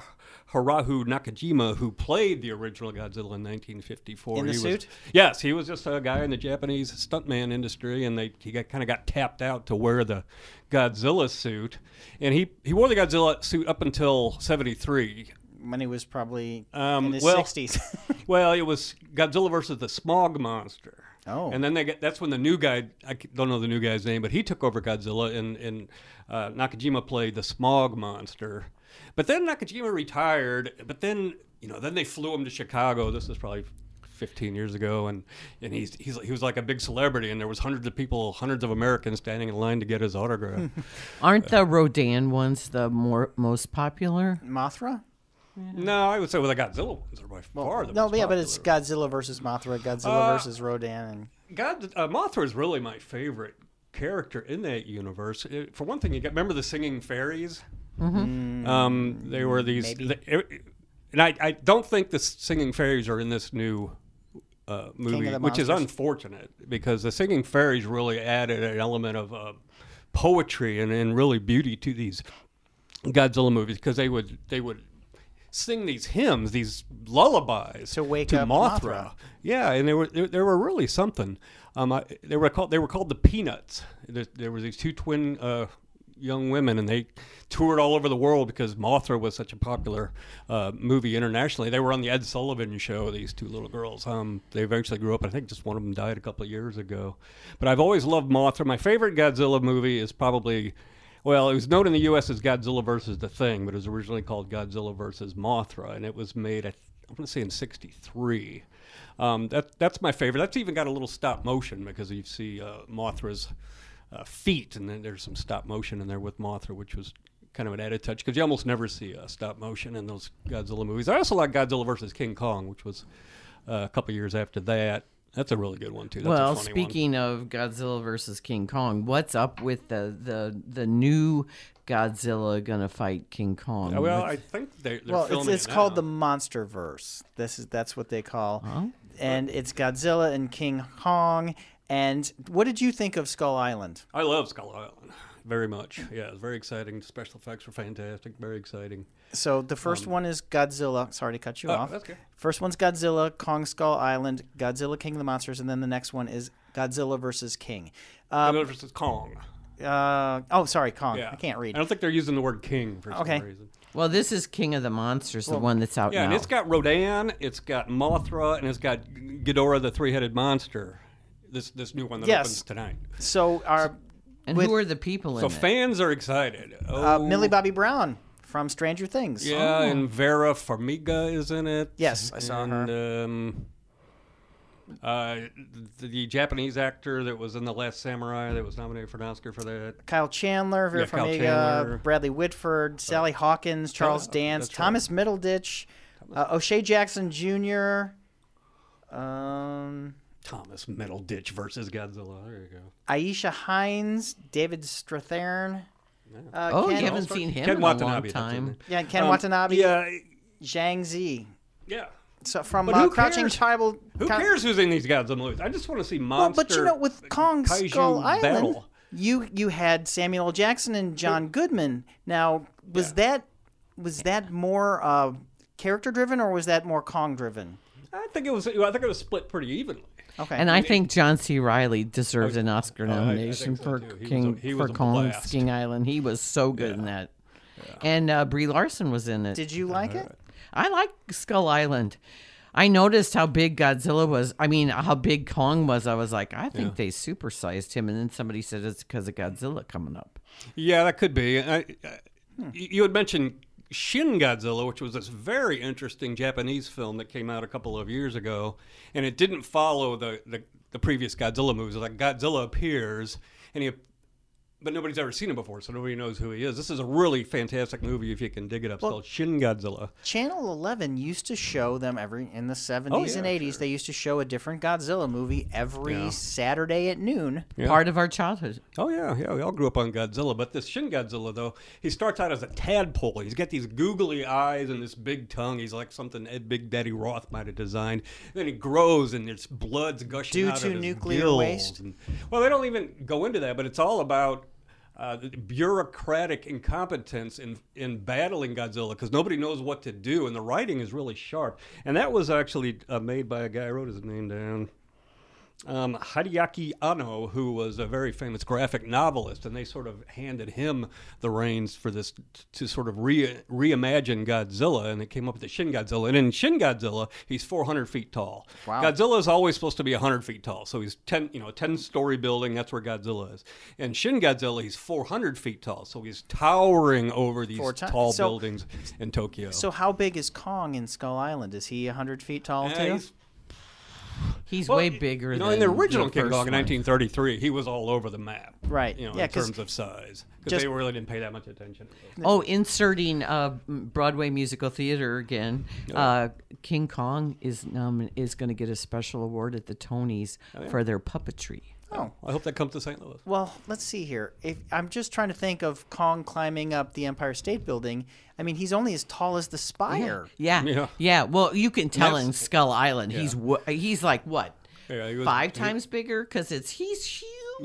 Harahu Nakajima, who played the original Godzilla in 1954. In the He was- suit? yes, he was just a guy in the Japanese stuntman industry, and they he got, kind of got tapped out to wear the Godzilla suit, and he he wore the Godzilla suit up until 73. when he was probably in Um, his well- 60s. Well, it was Godzilla versus the Smog Monster. Oh. And then they get, that's when the new guy, I c- don't know the new guy's name, but he took over Godzilla and, and uh, Nakajima played the Smog Monster. But then Nakajima retired, but then, you know, then they flew him to Chicago. This is probably 15 years ago. And, and he's, he's, he was like a big celebrity, and there was hundreds of people, hundreds of Americans standing in line to get his autograph. Aren't the Rodan ones the more most popular? Mothra? no, I would say, well, the Godzilla ones are by far the No, most yeah, but popular. Uh, it's Godzilla versus Mothra, Godzilla versus Rodan, and God, uh, Mothra is really my favorite character in that universe. Uh, for one thing, you got remember the singing fairies. Mm-hmm. Um, they were these, Maybe. the- er- and I, I don't think the singing fairies are in this new uh, movie, the which is Monsters. unfortunate because the singing fairies really added an element of uh, poetry and, and really beauty to these Godzilla movies because they would they would sing these hymns, these lullabies To wake up Mothra. Yeah, and they were they, they were really something. Um, I, they were called they were called the Peanuts. There, there were these two twin uh, young women, and they toured all over the world because Mothra was such a popular uh, movie internationally. They were on the Ed Sullivan Show. These two little girls. Um, they eventually grew up. I think just one of them died a couple of years ago. But I've always loved Mothra. My favorite Godzilla movie is probably. Well, it was known in the U.S. as Godzilla versus the Thing, but it was originally called Godzilla versus Mothra, and it was made, I, th- I want to say, in '63. Um, that that's my favorite. That's even got a little stop motion because you see uh, Mothra's uh, feet, and then there's some stop motion in there with Mothra, which was kind of an added touch because you almost never see uh, stop motion in those Godzilla movies. I also like Godzilla versus King Kong, which was uh, a couple years after that. That's a really good one too. That's a well, funny one. speaking of Godzilla versus King Kong, what's up with the the the new Godzilla gonna fight King Kong? well, What's- I think they, they're Well, it's, filming it's it called now. the MonsterVerse. This is that's what they call, and it's Godzilla and King Kong. And what did you think of Skull Island? I love Skull Island very much. Yeah, it's very exciting. Special effects were fantastic. Very exciting. So the first one is Godzilla. Sorry to cut you off. Um, oh, that's okay. First one's Godzilla, Kong Skull Island, Godzilla King of the Monsters, and then the next one is Godzilla versus King. Uh, Godzilla versus Kong. uh, oh, sorry, Kong. Yeah, I can't read. I don't think they're using the word king for some Okay. reason. well, this is King of the Monsters, the one that's out Yeah, now. and it's got Rodan, it's got Mothra, and it's got Ghidorah, the three-headed monster. This this new one that Yes. opens tonight. So our and with- who are the people in So it? fans are excited. uh, Oh, Millie Bobby Brown from Stranger Things. Yeah, and Vera Farmiga is in it. Yes, I saw and, Um, uh, the, the Japanese actor that was in The Last Samurai that was nominated for an Oscar for that. Kyle Chandler, Vera Yeah, Kyle Farmiga, Chandler. uh, Bradley Whitford, Sally Hawkins, Charles yeah, Dance, that's right. Thomas Middleditch, uh, O'Shea Jackson Jr. Um, Thomas Middleditch versus Godzilla. There you go. Aisha Hines, David Strathairn. Uh, oh, Ken, you haven't seen him Ken in Watanabe. a that's long his time. name. yeah, Ken Watanabe, Um, Yeah, Zhang Zi. yeah. So from But uh, who Crouching cares? Tribal. Who Coun- cares who's in these Godzilla movies? I just want to see Well, monster. but you know, with Kong kaiju Skull Island, battle. you you had Samuel L. Jackson and John Goodman. Now, was that was that more uh, character driven or was that more Kong driven? I think it was. I think it was split pretty evenly. Okay. And I think John C. Riley deserves an Oscar Oh, I- I nomination think so, for too. He was King a- he for was a Kong blast. King Island. He was so good in that. And uh, Brie Larson was in it. Did you like it? I like Skull Island. I noticed how big Godzilla was. I mean, how big Kong was. I was like, I think they supersized him. And then somebody said it's because of Godzilla coming up. Yeah, that could be. I, I, You had mentioned Shin Godzilla, which was this very interesting Japanese film that came out a couple of years ago, and it didn't follow the the, the previous Godzilla movies. Like Godzilla appears, and he. But nobody's ever seen him before, so nobody knows who he is. This is a really fantastic movie if you can dig it up. It's called Shin Godzilla. Channel 11 used to show them every in the 70s Oh, yeah, and 80s they used to show a different Godzilla movie every Saturday at noon. Yeah. Part of our childhood. Oh yeah, yeah. We all grew up on Godzilla, but this Shin Godzilla though, he starts out as a tadpole. He's got these googly eyes and this big tongue. He's like something Ed Big Daddy Roth might have designed. Then he grows and there's blood's gushing Due out to of his nuclear gills. waste? And- well, they don't even go into that, but it's all about. Uh, the bureaucratic incompetence in in battling Godzilla because nobody knows what to do and the writing is really sharp and that was actually uh, made by a guy I wrote his name down um, Hideaki Anno, who was a very famous graphic novelist, and they sort of handed him the reins for this t- to sort of re- reimagine Godzilla, and it came up with the Shin Godzilla. And in Shin Godzilla, he's 400 feet tall. Wow. Godzilla is always supposed to be 100 feet tall, so he's 10, you know, 10 story building. That's where Godzilla is. And Shin Godzilla, he's 400 feet tall, so he's towering over these Four times. tall So- buildings in Tokyo. So how big is Kong in Skull Island? Is he 100 feet tall Yeah, too? he's He's Well, way bigger you know, than in the original King first Kong in one. 1933, he was all over the map. Right. You know, Yeah, in 'cause- terms of size, because just- they really didn't pay that much attention. Oh, inserting uh, Broadway musical theater again. Uh, King Kong is um, is going to get a special award at the Tonys Oh, for their puppetry. oh. I hope that comes to St. Louis. Well, let's see here. If I'm just trying to think of Kong climbing up the Empire State Building, I mean he's only as tall as the spire. Yeah, yeah. Yeah. Well, you can tell in that's- Skull Island, he's wh- he's like what Yeah, he was- five he- times bigger because it's he's huge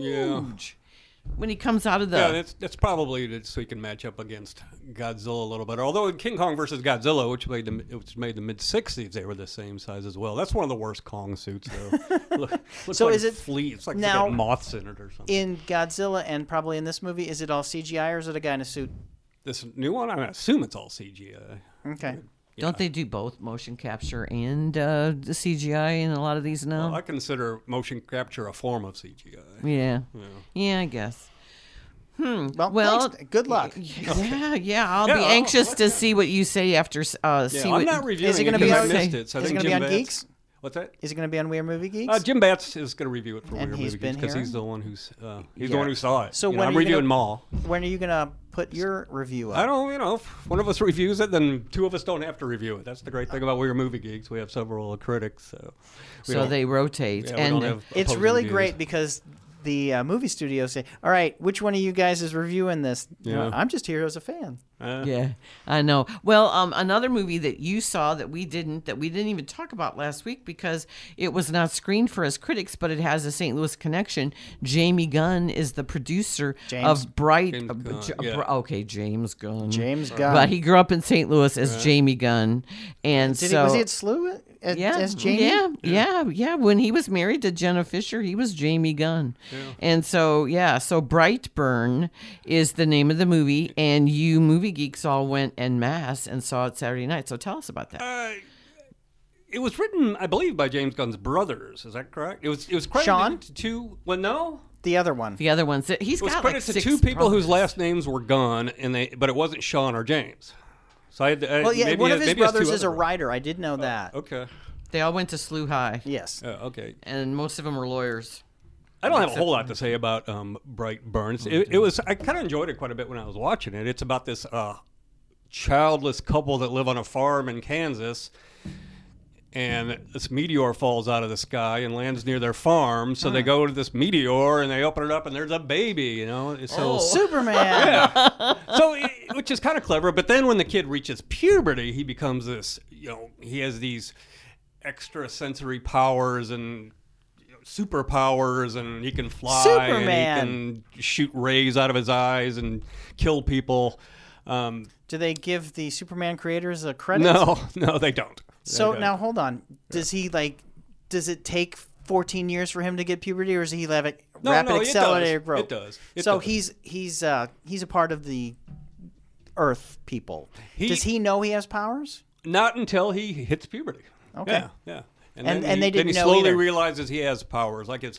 Yeah. when he comes out of the. Yeah, that's that's probably that so he can match up against Godzilla a little better. Although in King Kong versus Godzilla, which made the which made the mid '60s, they were the same size as well. That's one of the worst Kong suits, though. Look, looks So like is it- flea? It's like it's now- got moths in it or something. In Godzilla and probably in this movie, is it all CGI or is it a guy in a suit? this new one, I assume it's all CGI. Okay. Don't they do both motion capture and uh, the CGI in a lot of these now? Oh. I consider motion capture a form of CGI. yeah. yeah, I guess. Well, Well, thanks. good luck. Yeah, yeah. I'll Yeah, be I'll- anxious to see what you say after. s- Uh, Yeah, see I'm what not reviewing it gonna because be I on- missed it. So I is it think gonna be Jim on Vance- Geeks? What's that? Is it going to be on We Are Movie Geeks? Uh, Jim Batts is going to review it for And Weird he's Movie Geeks been because here? he's the one who's uh, Yeah. he's the one who saw it. So You know, when I'm are you gonna- reviewing Maul. when are you going to put your review up? I don't, you know, if one of us reviews it, then two of us don't have to review it. That's the great thing about We're Movie Geeks. We have several critics, so we so don't- they rotate. yeah, we and don't have it's opposing really views. great because the uh, movie studios say, "All right, which one of you guys is reviewing this?" You know, Yeah. I'm just here as a fan. Uh, yeah, I know. Well, um, another movie that you saw that we didn't, that we didn't even talk about last week because it was not screened for as critics, but it has a St. Louis connection. Jamie Gunn is the producer James. of Bright. James uh, Gunn, J- yeah. Br- Okay, James Gunn. James Gunn. But he grew up in St. Louis as Jamie Gunn, and Did so he, was he at SLU at, yeah, as Jamie? Yeah, yeah, yeah. When he was married to Jenna Fisher, he was Jamie Gunn. And so, yeah, so Brightburn is the name of the movie, and you movie geeks all went en masse and saw it Saturday night. So tell us about that. Uh, it was written, I believe, by James Gunn's brothers. Is that correct? It was. It was credited Sean? to two. Well, no, The other one. the other ones, he's it got was like credited six to two people brothers. whose last names were Gunn, and they, but it wasn't Sean or James. So I had. To, I- well, yeah, maybe one it- of his maybe it's two brothers is a other- Oh, writer. I did know that. Okay. they all went to SLU High, Yes. Uh, okay. and most of them were lawyers. I don't have a whole lot to say about um, Bright Oh, Burns. It, it was I kind of enjoyed it quite a bit when I was watching it. It's about this uh, childless couple that live on a farm in Kansas, and this meteor falls out of the sky and lands near their farm. So Uh-huh. they go to this meteor and they open it up and there's a baby. You know, Oh. so Superman. so it, which is kind of clever but then when the kid reaches puberty he becomes this you know he has these extra sensory powers and you know, superpowers and he can fly and Superman. he can shoot rays out of his eyes and kill people um, Do they give the Superman creators a credit? no no they don't So They don't. now hold on. Does he like? Does it take 14 years for him to get puberty, or is he have No, rapid no, it does. accelerated growth? It does. It so does. he's he's uh he's a part of the Earth people. He- does he know he has powers? not until he hits puberty Okay. yeah, yeah. And- then and he, they didn't then he know slowly either. realizes he has powers like it's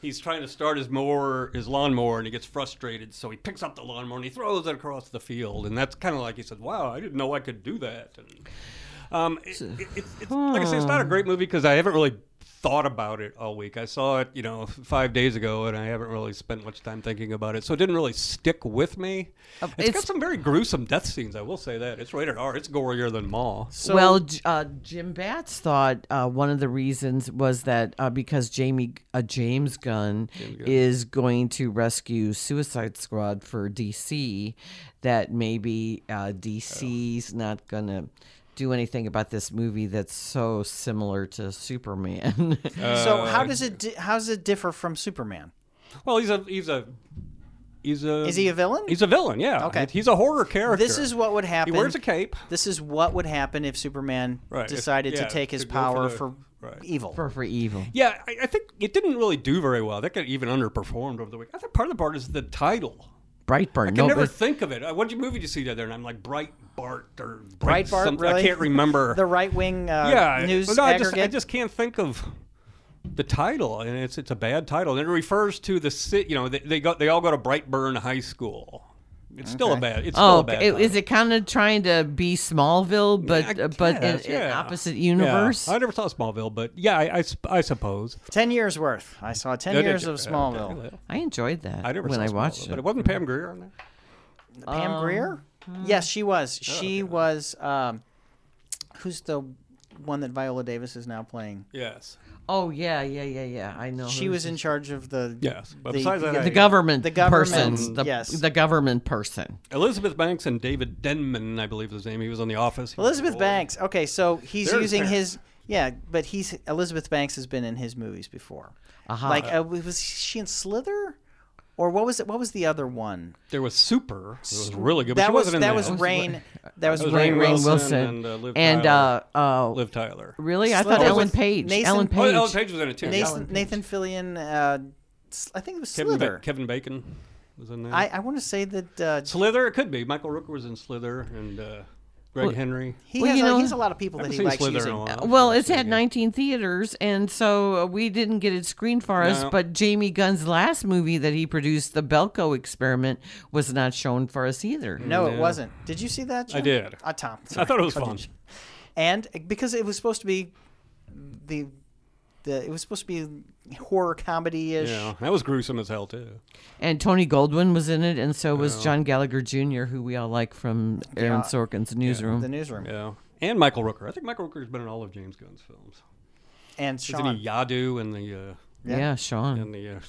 he's trying to start his mower his lawnmower and he gets frustrated so he picks up the lawnmower and he throws it across the field and that's kind of like he said wow i didn't know i could do that and, um, it, it, it's, it's, like i say it's not a great movie because i haven't really thought about it all week i saw it you know five days ago and i haven't really spent much time thinking about it so it didn't really stick with me it's it's- got some very gruesome death scenes i will say that it's rated r it's gorier than maw So well, J- uh, Jim Batts thought uh, one of the reasons was that uh, because Jamie uh, James Gunn is going to rescue Suicide Squad for DC, that maybe uh, Oh. DC's not gonna do anything about this movie that's so similar to Superman. Uh, so how does it di- how does it differ from Superman? Well, he's a he's a he's a Is he a villain? He's a villain, yeah. Okay. He's a horror character. This is what would happen. he wears a cape. This is what would happen if Superman Right, if- decided yeah, to take his to go for power the- for, right. evil. for, for evil. Yeah, I, I think it didn't really do very well. That got even underperformed over the week. I think part of the part is the title. Brightburn. I can never think of it. Uh, What movie did you see the other? And I'm like Bright Bart or Bright Breitbart, something. really? I can't remember. the right wing uh, yeah, news but no, I just, aggregate. I just can't think of the title, and it's it's a bad title. And it refers to the city. You know, they, they go they all go to Brightburn High School. It's still a bad. It's still Oh, a bad. it, title. is it kind of trying to be Smallville, but I uh, but in, guess, in yeah. opposite Yeah. universe? I never saw Smallville, but yeah, I, I s- I suppose. ten years worth. I saw ten I years did- of yeah, Smallville. yeah. I enjoyed that I never when saw I Smallville, watched but it. it wasn't Pam Grier on there. Pam Greer. Yes, she was. Oh, She was. Um, who's the one that Viola Davis is now playing? Yes, Oh yeah, yeah, yeah, yeah. I Oh, know. She who was it in charge of the. yes. But The- besides that, the is. the I- government, The government, person, the, yes. the government person. Elizabeth Banks and David Denman, I believe is his name. He was on The Office. He was Elizabeth old. Banks. Okay, so he's There's using Terrence. his. Yeah, but he's Elizabeth Banks has been in his movies before. Aha. Like uh, was she in Slither, or what was it? What was the other one? There was Super. It was really good. But that she was wasn't in that was that. Rain. That was, was Rain. Rain Wilson. Rain Wilson Wilson and, uh, Liv and, uh, Tyler. uh, Liv Tyler. really, I Slither thought Ellen with Page. Nathan- Ellen Oh, Page. Oh, Ellen Page was in it too. yeah. Nathan, Nathan Fillion. Uh, s- I think it was Kevin, Slither. ba- Kevin Bacon was in there. I, I want to say that uh, Slither. It could be. Michael Rooker was in Slither, and uh, Greg Henry. he Well, has you a, know- he has a lot of people I that haven't he seen likes Slither in using. a while. Well, I've it's seen had 19 theaters, and so uh, we didn't get it screened for us. No. But Jamie Gunn's last movie that he produced, The Belko Experiment, was not shown for us either. No, it wasn't. Did you see that? I Jim? did. Uh, Tom. I sorry. thought it was fun. And because it was supposed to be the the it was supposed to be horror comedy ish. Yeah, that was gruesome as hell too. And Tony Goldwyn was in it, and so was John Gallagher Jr., who we all like from Aaron Sorkin's Newsroom. The newsroom Yeah, and Michael Rooker. I think Michael Rooker's been in all of James Gunn's films. and Isn't Sean. he Yadu in the yeah. Sean. uh, in the uh,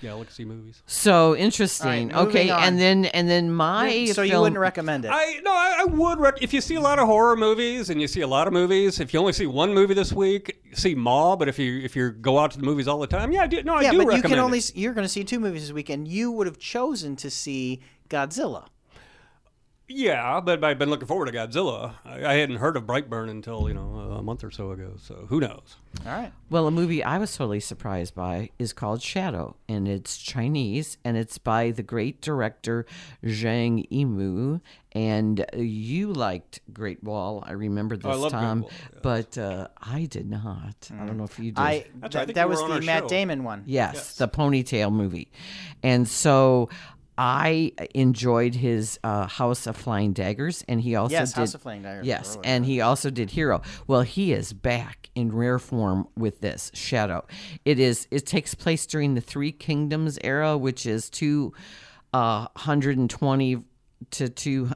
Galaxy movies? So interesting. All right, okay, moving on. and then and then my So you film- wouldn't recommend it? I no, I, I would. Rec- if you see a lot of horror movies and you see a lot of movies, if you only see one movie this week, see Maw. But if you if you go out to the movies all the time, yeah, I do. No, I yeah, do but you recommend. can only it. s- you're going to see two movies this weekend. You would have chosen to see Godzilla. Yeah, but I've been looking forward to Godzilla. I, I hadn't heard of Brightburn until you know a month or so ago. So who knows? All right. Well, a movie I was totally surprised by is called Shadow, and it's Chinese, and it's by the great director Zhang Yimou. And you liked Great Wall, I remember this Oh, I love Great time, Wall, yeah. but uh, I did not. I don't know if you did. Mm. I That's right, I that, think that you was were on the our Matt show. Damon one. Yes, the ponytail movie. And so I enjoyed his uh, House of Flying Daggers, and he also Yes, did House of Flying Daggers, Yes, really and he also did Hero. Well, he is back in rare form with this Shadow. It is. It takes place during the Three Kingdoms era, which is two uh, hundred and twenty to two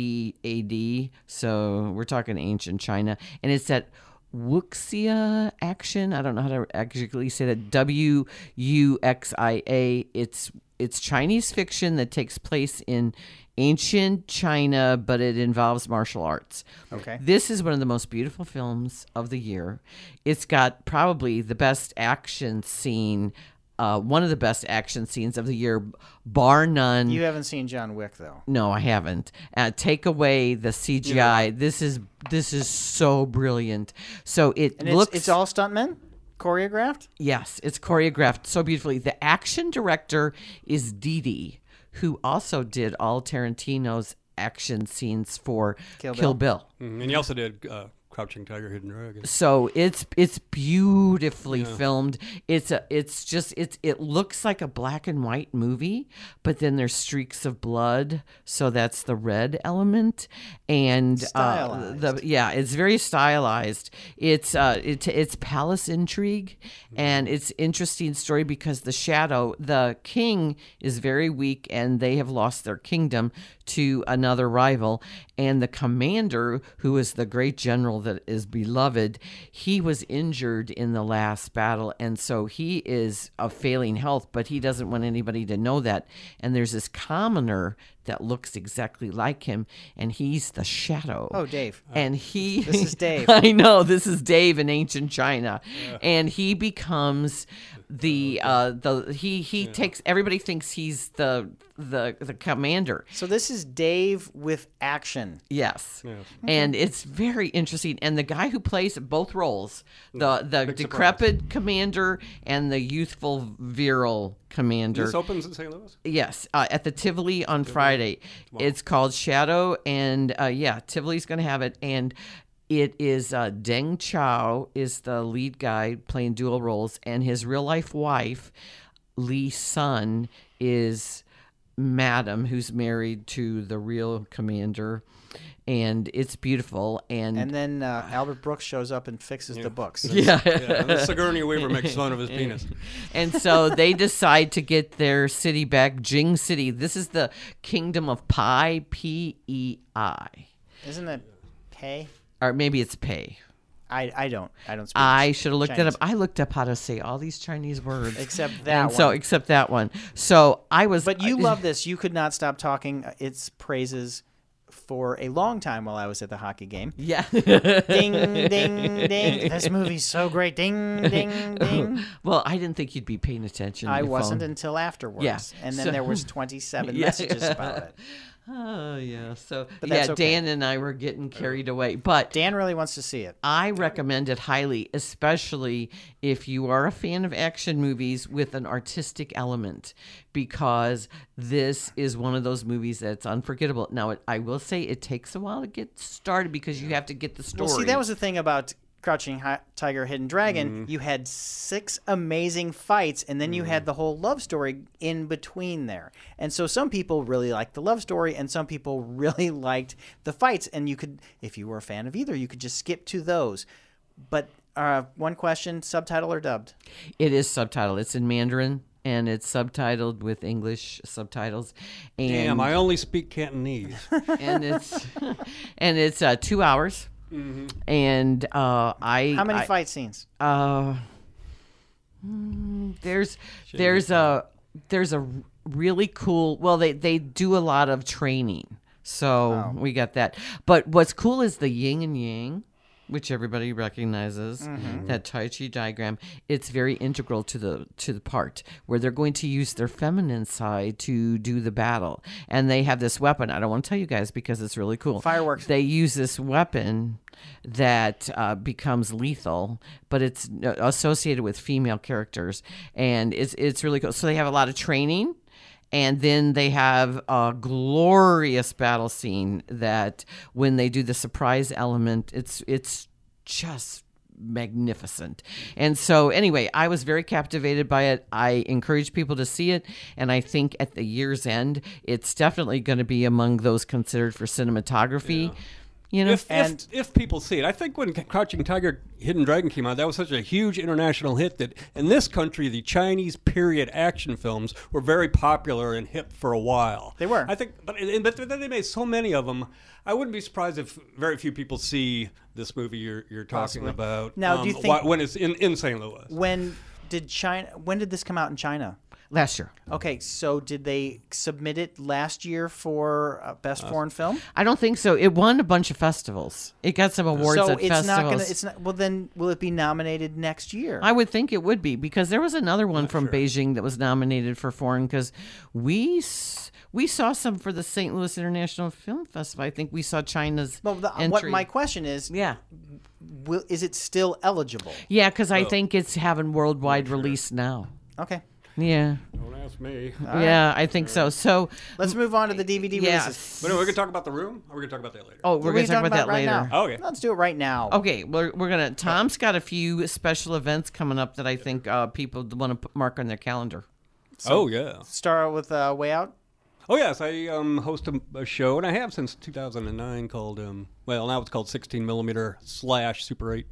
eighty AD. So we're talking ancient China, and it's that. Wuxia action. I don't know how to actually say that. W U X I A. It's it's Chinese fiction that takes place in ancient China, but it involves martial arts. Okay. This is one of the most beautiful films of the year. It's got probably the best action scene, uh, one of the best action scenes of the year, bar none. You haven't seen John Wick though. No, I haven't. Uh, take away the CGI. This is this is so brilliant. So it And it's, looks it's all stuntmen choreographed. yes, it's choreographed so beautifully. The action director is Dee Dee, who also did all Tarantino's action scenes for Kill Kill Bill. Mm, And you also did uh, Crouching Tiger, Hidden Dragon. So it's it's beautifully filmed. It's a it's just it's it looks like a black and white movie, but then there's streaks of blood, so that's the red element. And uh, the yeah, it's very stylized. It's uh it, it's palace intrigue and it's interesting story because the shadow, the king is very weak and they have lost their kingdom to another rival and the commander who is the great general that is beloved he was injured in the last battle and so he is of failing health but he doesn't want anybody to know that and there's this commoner that looks exactly like him and he's the shadow Oh, Dave. and he This is Dave. I know this is Dave in ancient China, and he becomes the uh the he he takes everybody thinks he's the the the commander. So this is Dave with action. Yes. And it's very interesting. And the guy who plays both roles, Mm. the the decrepit commander and the youthful virile commander. This opens in St. Louis. Yes, uh, at the Tivoli on Friday. It's called Shadow, and uh, yeah, Tivoli's going to have it. And it is uh, Deng Chao is the lead guy playing dual roles, and his real life wife, Lee Sun, is Madam, who's married to the real commander, and it's beautiful. And, And then uh, Albert Brooks shows up and fixes the books. yeah. Yeah, and Sigourney Weaver makes fun of his penis. and so they decide to get their city back, Jing City. This is the kingdom of Pi, P E I. Isn't that pay? Or maybe it's Pei. I, I don't I don't speak. I should have looked that Chinese. up. I looked up how to say all these Chinese words. Except that and so one. except that one. So I was But you love this. You could not stop talking uh, its praises for a long time while I was at the hockey game. Yeah. Ding, ding, ding. This movie's so great. Ding, ding, ding. well, I didn't think you'd be paying attention. to I your wasn't phone. until afterwards. Yeah, And then so- there was 27 Yeah. messages about it. Oh yeah. So that's yeah, okay. Dan and I were getting carried away. But Dan really wants to see it. I recommend it highly, especially if you are a fan of action movies with an artistic element, because this is one of those movies that's unforgettable. Now, it, I will say it takes a while to get started because you have to get the story. Mm-hmm. Well, see, that was the thing about Crouching Hi- Tiger, Hidden Dragon. You had six amazing fights, and then you had the whole love story in between there. And so some people really liked the love story, and some people really liked the fights. And you could, if you were a fan of either, you could just skip to those. But Uh, one question: subtitle or dubbed? It is subtitled. It's in Mandarin and it's subtitled with English subtitles. And, Damn, I only speak Cantonese. and it's and it's uh, two hours. Mm-hmm. And uh, I How many I- fight scenes? uh, mm, there's there's a there's a really cool well they they do a lot of training so we got that but what's cool is the yin and yang which everybody recognizes that tai chi diagram it's very integral to the to the part where they're going to use their feminine side to do the battle and they have this weapon i don't want to tell you guys because it's really cool Fireworks. they use this weapon that uh, becomes lethal, but it's uh, associated with female characters, and it's it's really cool. So they have a lot of training, and then they have a glorious battle scene that when they do the surprise element, it's it's just magnificent. And so anyway, I was very captivated by it. I encourage people to see it and I think at the year's end it's definitely going to be among those considered for cinematography. You know, If, And- if if people see it, I think when Crouching Tiger, Hidden Dragon came out, that was such a huge international hit that in this country the Chinese period action films were very popular and hip for a while. They were. I think, but and- but then they made so many of them. I wouldn't be surprised if very few people see this movie you're you're talking about. Now, do you think- wh- when it's in, in St. Louis? When did China? When did this come out in China? last year. Okay, so did they submit it last year for uh, best foreign film? I don't think so. It won a bunch of festivals. It got some awards So at it's festivals. not gonna. It's not. Well, then will it be nominated next year? I would think it would be because there was another one from Beijing that was nominated for foreign because we s- we saw some for the St. Louis International Film Festival. I think we saw China's well, the, uh, what entry. my question is: yeah will, Is it still eligible? yeah because I think it's having worldwide release now. Okay, Yeah, Don't ask me. yeah, I think so. So let's move on to the DVD yeah. releases. But anyway, we're gonna talk about the room. Or we're gonna talk about that later. Oh, we're What are gonna you talk talking about that right later. Oh. now? Okay. let's do it right now. Okay, we're, we're gonna. Tom's got a few special events coming up that I think uh, people want to mark on their calendar. oh yeah. Start with uh, Way Out. Oh yes, I um, host a, a show, and I have since 2009 called um, well now it's called 16 millimeter slash Super 8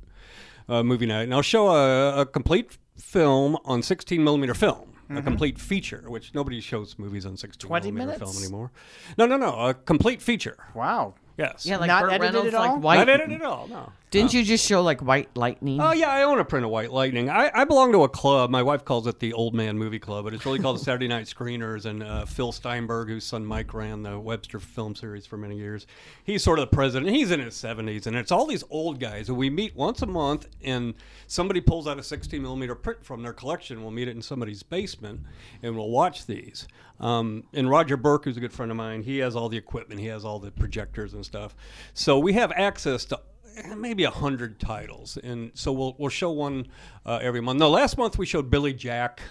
uh, movie night, and I'll show a, a complete film on 16 millimeter film, a Mm-hmm. complete feature, which nobody shows movies on 16 20 millimeter minutes? film anymore. No, no, no, a complete feature. Wow. Yes. Yeah, like Not Burt edited Oh. Reynolds, at all? like I White. didn't at all. No. Didn't you just show like White Lightning? Oh yeah, I own a print of White Lightning. I, I belong to a club. My wife calls it the Old Man Movie Club, but it's really called the Saturday Night Screeners. And uh, Phil Steinberg, whose son Mike ran the Webster film series for many years, he's sort of the president. He's in his seventies, and it's all these old guys who we meet once a month. And somebody pulls out a sixteen millimeter print from their collection. We'll meet it in somebody's basement, and we'll watch these. Um, and Roger Burke, who's a good friend of mine, he has all the equipment. He has all the projectors and stuff. So we have access to eh, maybe a hundred titles, and so we'll we'll show one uh, every month. No, last month we showed Billy Jack.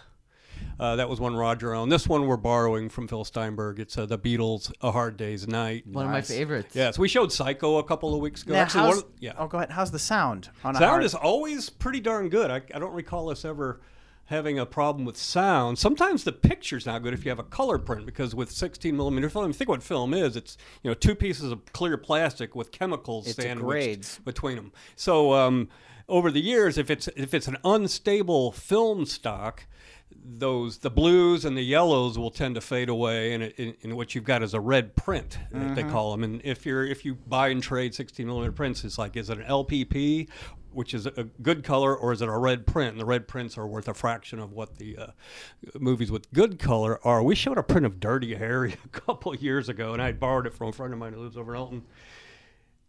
Uh, that was one Roger owned. This one we're borrowing from Phil Steinberg. It's uh, the Beatles, "A Hard Day's Night." One of my favorites. Yes, we showed Psycho a couple of weeks ago. Now, Actually, how's, one of- yeah, Oh, go ahead. How's the sound on a sound hard- is always pretty darn good. I, I don't recall us ever having a problem with sound. Sometimes the picture's not good if you have a color print because with 16 millimeter film, you think what film is? It's you know two pieces of clear plastic with chemicals degrades. sandwiched between them. So um, over the years, if it's if it's an unstable film stock, those the blues and the yellows will tend to fade away, and, it, and, and what you've got is a red print that they call them. And if you're if you buy and trade 16 millimeter prints, it's like is it an LPP, which is a good color, or is it a red print? And the red prints are worth a fraction of what the uh, movies with good color are. We showed a print of Dirty Harry a couple years ago, and I borrowed it from a friend of mine who lives over in Elton.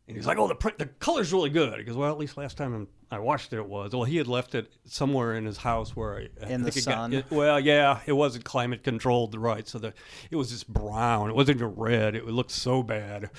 And he's like, "Oh, the print, the color's really good." He goes, "Well, at least last time I watched it, it was." Well, he had left it somewhere in his house where I, I In the think it sun. Got, it- well, yeah, it wasn't climate controlled, right? So the it was just brown. It wasn't even red. It looked so bad.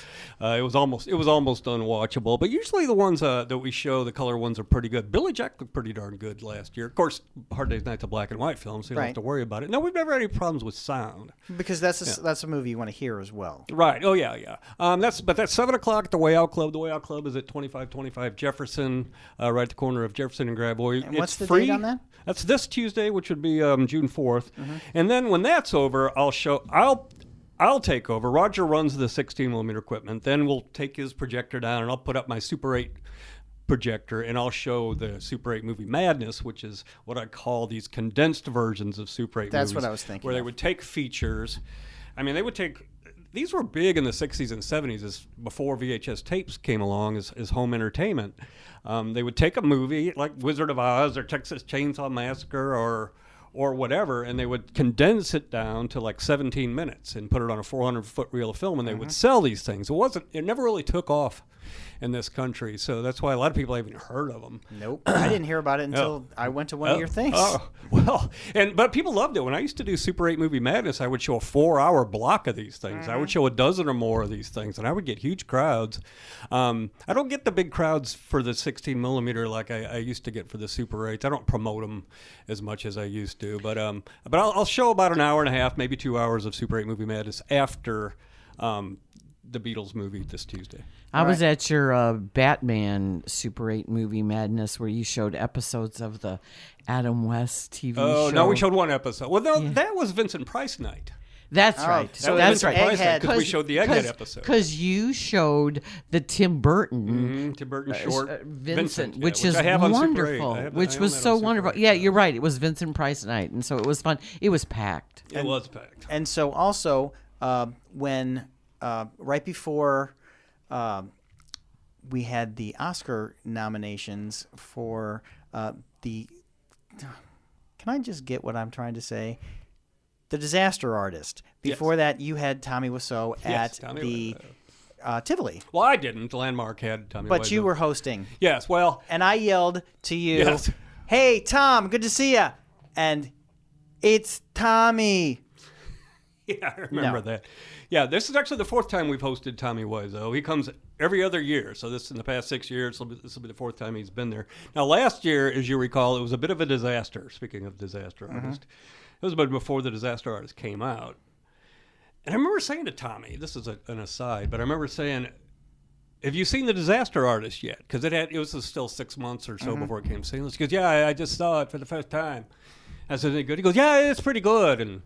Uh, it was almost it was almost unwatchable. But usually the ones uh, that we show, the color ones are pretty good. Billy Jack looked pretty darn good last year. Of course, Hard Day's Night's a black and white film, so you don't Right. have to worry about it. No, we've never had any problems with sound. because that's a, that's a movie you want to hear as well. Right. Oh yeah, yeah. Um, that's but that's seven o'clock at the Way Out Club. The Way Out Club is at twenty five twenty five Jefferson, uh, right at the corner of Jefferson and Gravois. And what's the free. date on that? Mm-hmm. That's this Tuesday, which would be um, June 4th And then when that's over, I'll show. I'll. I'll take over. Roger runs the 16 millimeter equipment. Then we'll take his projector down, and I'll put up my Super 8 projector and I'll show the Super 8 movie Madness, which is what I call these condensed versions of Super 8 That's what movies, I was thinking Where they of. would take features. I mean, they would take. These were big in the 60s and 70s, as before VHS tapes came along as, as home entertainment. Um, they would take a movie like Wizard of Oz or Texas Chainsaw Massacre or or whatever, and they would condense it down to like 17 minutes and put it on a 400 foot reel of film, and they would sell these things. It wasn't, it never really took off in this country, so that's why a lot of people haven't heard of them. Nope. I didn't hear about it until I went to one of your things. Oh well, and but people loved it. When I used to do Super Eight Movie Madness, I would show a four-hour block of these things. Mm-hmm. I would show a dozen or more of these things, and I would get huge crowds. Um, I don't get the big crowds for the 16 millimeter like I, I used to get for the Super Eights. I don't promote them as much as I used to, but um, but I'll, I'll show about an hour and a half, maybe two hours of Super Eight Movie Madness after. Um, the Beatles movie this Tuesday. I was at your uh, Batman Super 8 movie Madness where you showed episodes of the Adam West TV show. Oh no, we showed one episode. Well, no, that was Vincent Price night. That's right. so So Oh, that's it's right. Egghead. because we showed the Egghead episode. Because you showed the Tim Burton Mm, Tim Burton short Mm-hmm. uh, Vincent, yeah, which, is I have on Super 8. wonderful, I have- I which own was that on so Super wonderful. 8. Yeah, you're right. It was Vincent Price night, and so it was fun. It was packed. it was packed. And so also uh, when uh, right before uh, we had the Oscar nominations for uh, the, can I just get what I'm trying to say? The Disaster Artist. Before that, you had Tommy Wiseau Yes, at Tommy the Wiseau. uh, Tivoli, Well, I didn't. Landmark had Tommy. but you Wiseau. were hosting, yes. Well, and I yelled to you, Yes. "Hey Tom, good to see ya!" And it's Tommy. yeah, I remember that. Yeah, this is actually the fourth time we've hosted Tommy Wiseau. He comes every other year, so this in the past six years. This will be, this will be the fourth time he's been there. Now, last year, as you recall, it was a bit of a disaster. Speaking of disaster Mm-hmm. artist, it was about before the disaster artist came out. And I remember saying to Tommy, this is a, an aside, but I remember saying, "Have you seen the Disaster Artist yet?" Because it had it was still six months or so before it came to He goes, "Yeah, I, I just saw it for the first time." I said, "Is it good?" He goes, "Yeah, it's pretty good." And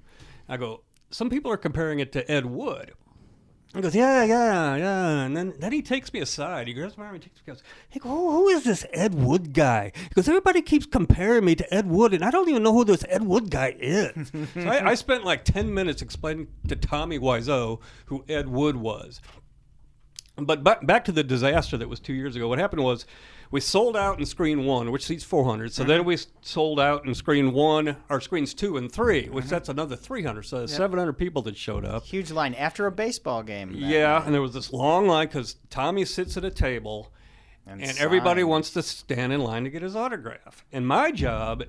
I go, "Some people are comparing it to Ed Wood." He goes, yeah, yeah, yeah. And then, then he takes me aside. He grabs my arm and takes me aside. He goes, who, who is this Ed Wood guy? He goes, everybody keeps comparing me to Ed Wood, and I don't even know who this Ed Wood guy is. so I, I spent like 10 minutes explaining to Tommy Wiseau who Ed Wood was. But back, back to the disaster that was two years ago. What happened was we sold out in screen one, which seats 400. So then we s- sold out in screen one, or screens two and three, which that's another 300. So there's 700 people that showed up. Huge line after a baseball game. that Yeah, and there was this long line because Tommy sits at a table, and, everybody wants to stand in line to get his autograph. And my job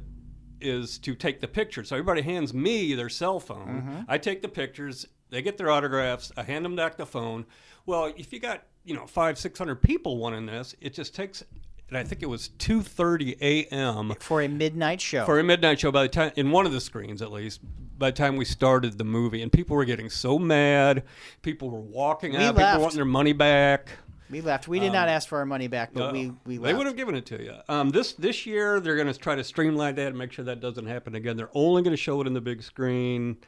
is to take the picture. So everybody hands me their cell phone. I take the pictures. They get their autographs. I hand them back the phone. Well, if you got you know five, six hundred people wanting this, it just takes. And I think it was two thirty a.m. for a midnight show. for a midnight show by the time in one of the screens at least by the time we started the movie and people were getting so mad people were walking out left. people wanting their money back we left. We did not ask for our money back, but Uh, we we Um, they left. would have given it to you um, this this year they're going to try to streamline that and make sure that doesn't happen again they're only going to show it in the big screen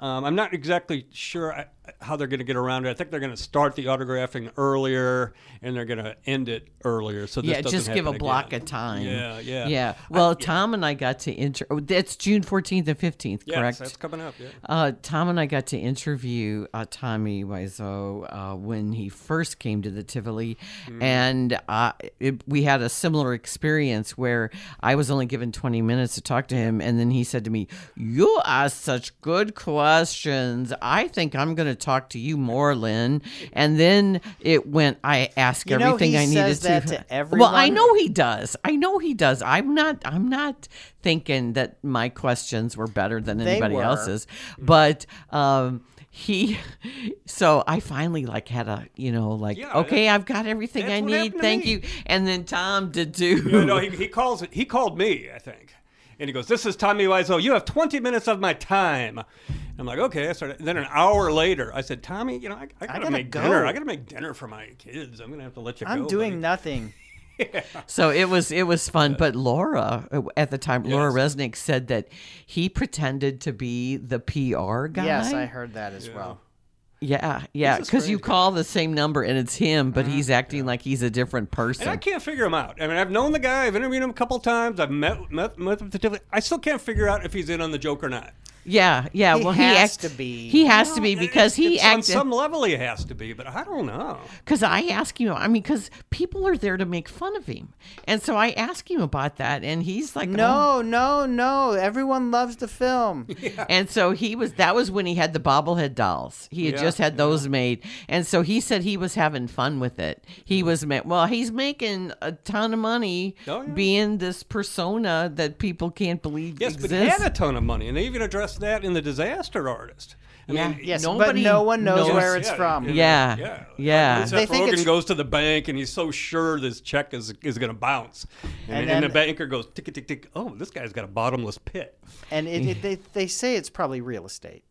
um, I'm not exactly sure I- how they're going to get around it. I think they're going to start the autographing earlier, and they're going to end it earlier. So this Yeah, doesn't just give a happen block again. of time. Yeah, yeah. yeah. Well, Tom and I got to inter. oh, That's June fourteenth and fifteenth, Yes, correct? that's coming up. Yeah. Uh, Tom and I got to interview uh, Tommy Wiseau uh, when he first came to the Tivoli, Hmm. and uh, it, we had a similar experience where I was only given 20 minutes to talk to him, and then he said to me, "You ask such good questions. I think I'm going to talk to you more, Lynn." And then it went. I asked You know, everything he I needed says that to Well, I everyone. know he does. I know he does. I'm not. I'm not thinking that my questions were better than anybody were. else's Mm-hmm. but um he so i finally like had a you know like Yeah, okay i've got everything i that's what need happened to thank me. you and then tom did too No, no, he, he calls it. He called me, I think, and he goes, "This is Tommy Wiseau. You have 20 minutes of my time." I'm like, "Okay." I started. Then an hour later, I said, "Tommy, you know, I, I gotta, gotta make go. dinner. I gotta make dinner for my kids. I'm gonna have to let you go." I'm doing buddy." nothing. so it was it was fun but laura uh, at the time laura resnick said that he pretended to be the pr guy Yes, I heard that as well. Yeah, yeah, is because you strange. call the same number and it's him, but he's acting like he's a different And I person. can't figure him out. I mean, I've known the guy. I've interviewed him a couple times. I've met met, met him. to- I still can't figure out if he's in on the joke or not. Yeah, yeah. He well, he has act- to be. He has to be Well, it- because he it's on acted. some level he has to be, but I don't know. Because I ask him. I mean, because people are there to make fun of him, and so I ask him about that, and he's like, "Oh." No, no, no. Everyone loves the film. And so he was. That was when he had the bobblehead dolls. He had Yeah, just had those made, and so he said he was having fun with it. He was ma- well. He's making a ton of money Hmm. Oh, yeah. being this persona that people can't believe Yes, exists. but he had a ton of money, and they even addressed that in the Disaster Artist. I Yeah. mean, Yes, Nobody but no one knows, knows- where it's from. Yeah. yeah. Yeah. Except They for think Rogan it's- goes to the bank, and he's so sure this check is is going to bounce, and, And and then- the banker goes tick tick tick. Oh, this guy's got a bottomless pit. And it, it, they, they say it's probably real estate.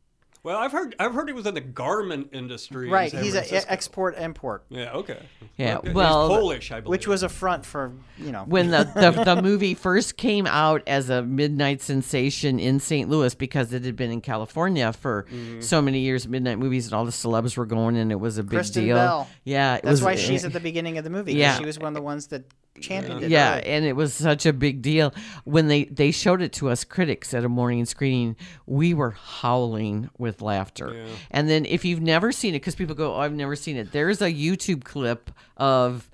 Well, I've heard I've heard he was in the garment industry. in Right. San He's an Francisco. export import, Yeah. Okay. Yeah, Okay. He's well- Polish, I believe. which was a front for, you know. when the, the, the movie first came out as a midnight sensation in St. Louis because it had been in California for Mm-hmm. so many years, midnight movies, and all the celebs were going, and it was a big Kristen deal. Bell. Yeah, it that's was, why she's at the beginning of the movie. 'cause Yeah. She was one of the ones that championed it. yeah, early. and it was such a big deal when they they showed it to us critics at a morning screening. We were howling with laughter. And then if you've never seen it, because people go, "Oh, I've never seen it." There's a YouTube clip of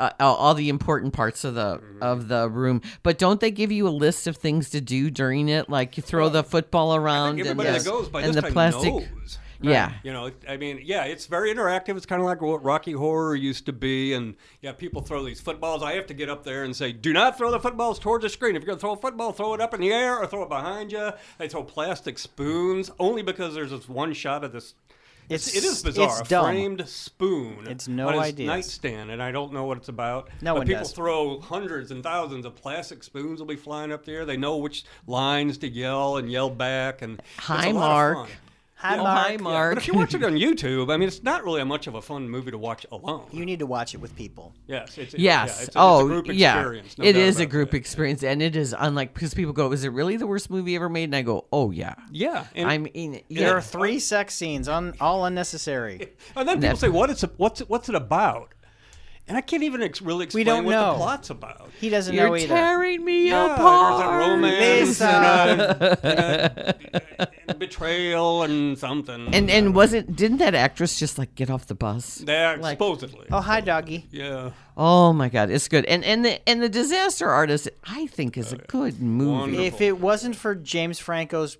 uh, all all the important parts of the Mm-hmm. of the room. But don't they give you a list of things to do during it? Like you throw the football around and, Everybody Yes. that goes by and this the time plastic. knows. Yeah. You know, I mean, yeah, it's very interactive. It's kind of like what Rocky Horror used to be, and yeah, people throw these footballs. I have to get up there and say, "Do not throw the footballs towards the screen. If you're gonna throw a football, throw it up in the air or throw it behind you." They throw plastic spoons only because there's this one shot of this. It's, It's- it is bizarre. it's a dumb. framed spoon. It's no on his ideas. nightstand, and I don't know what it's about. No but one people does. throw hundreds and thousands of plastic spoons will be flying up there. They know which lines to yell and yell back, and Hi, it's a lot of Mark. fun. Hi, Oh, Mark. hi, Yeah, Mark. But if you watch it on YouTube, I mean, it's not really a much of a fun movie to watch alone. You need to watch it with people. yes, Yes. it's, Yeah, it's, it's oh, a group yeah. experience. no it doubt is a about group that. experience, and it is unlike because people go, "Is it really the worst movie ever made?" And I go, "Oh yeah." Yeah, and, I mean, There yeah, are three sex scenes, on all unnecessary. and then people say, "What it's what's it, what's it about?" And I can't even ex- really explain don't what know. the plot's about. He doesn't know you're either. tearing me Yeah, apart. Oh, there's a romance Lisa. and a, and a- and betrayal and something. And and wasn't didn't that actress just like get off the bus? that like- supposedly. oh, hi, doggy. Yeah, Oh my god, it's good. And and the and the disaster artist I think is a good movie. Wonderful. If it wasn't for James Franco's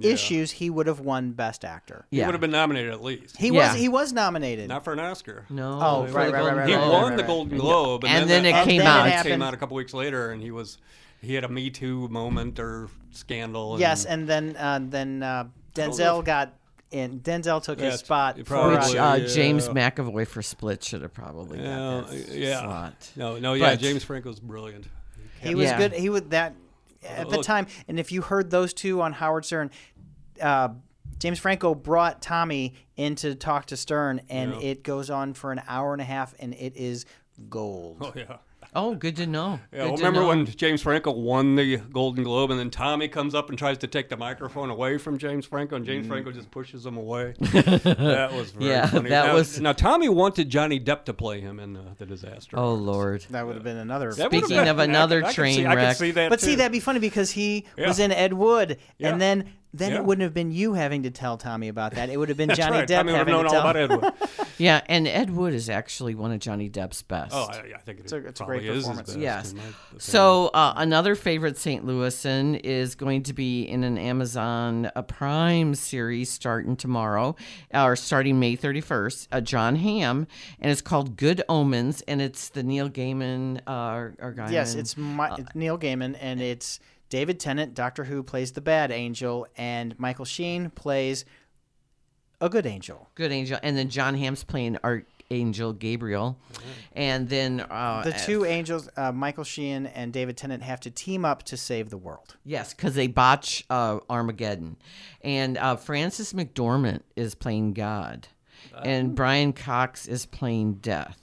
issues, he would have won Best Actor. he Yeah. would have been nominated at least, He Yeah. was he was nominated. not for an Oscar. no. Oh, for right, the right, right, Golden right, He right, Globe. won the Golden Globe, and, And then, then that- it came then it out. happened. came out a couple weeks later, and he was he had a Me Too moment or scandal. And yes, and then uh, then uh, Denzel got in. Denzel took his Yes, spot. it for, uh, Which Probably, uh, James yeah. McAvoy for Split should have probably yeah, got that yeah. slot. no, no, yeah. But- James Franco's brilliant. he was Yeah. good. He would that at the Look. time. And if you heard those two on Howard Stern, uh, James Franco brought Tommy in to talk to Stern, and it goes on for an hour and a half, and it is gold. Oh yeah. Oh, good to know. Yeah, Good well, to remember know. when James Franco won the Golden Globe, and then Tommy comes up and tries to take the microphone away from James Franco, and James Franco just pushes him away. that was very Mm. Yeah, funny. that now, was- now Tommy wanted Johnny Depp to play him in the, the disaster. Oh Lord. That would have been another. That would've Speaking been- of I could- another I could see- train I could wreck. see that But see, too. that'd be funny because he was Yeah. in Ed Wood, Yeah. and then then Yeah. it wouldn't have been you having to tell Tommy about that. It would have been That's Johnny right. Depp Tommy would have having known to all tell. about Ed Wood. Yeah, and Ed Wood is actually one of Johnny Depp's best. Oh, I, I think it a- it's a probably great is his performance. best, Yes. in my So uh, another favorite St. Louisan is going to be in an Amazon uh Prime series starting tomorrow, or starting May 31st. Uh, John Hamm, and it's called Good Omens, and it's the Neil Gaiman uh, or Gaiman. Yes, it's my, it's Neil Gaiman, and it's David Tennant, Doctor Who, plays the bad angel, and Michael Sheen plays a good angel. Good Angel, and then John Hamm's playing Archangel Gabriel, and then uh, The two angels, uh, Michael Sheen and David Tennant, have to team up to save the world. Yes, because they botch uh, Armageddon, and uh, Francis Uh-huh. McDormand is playing God, and Brian Cox is playing Death,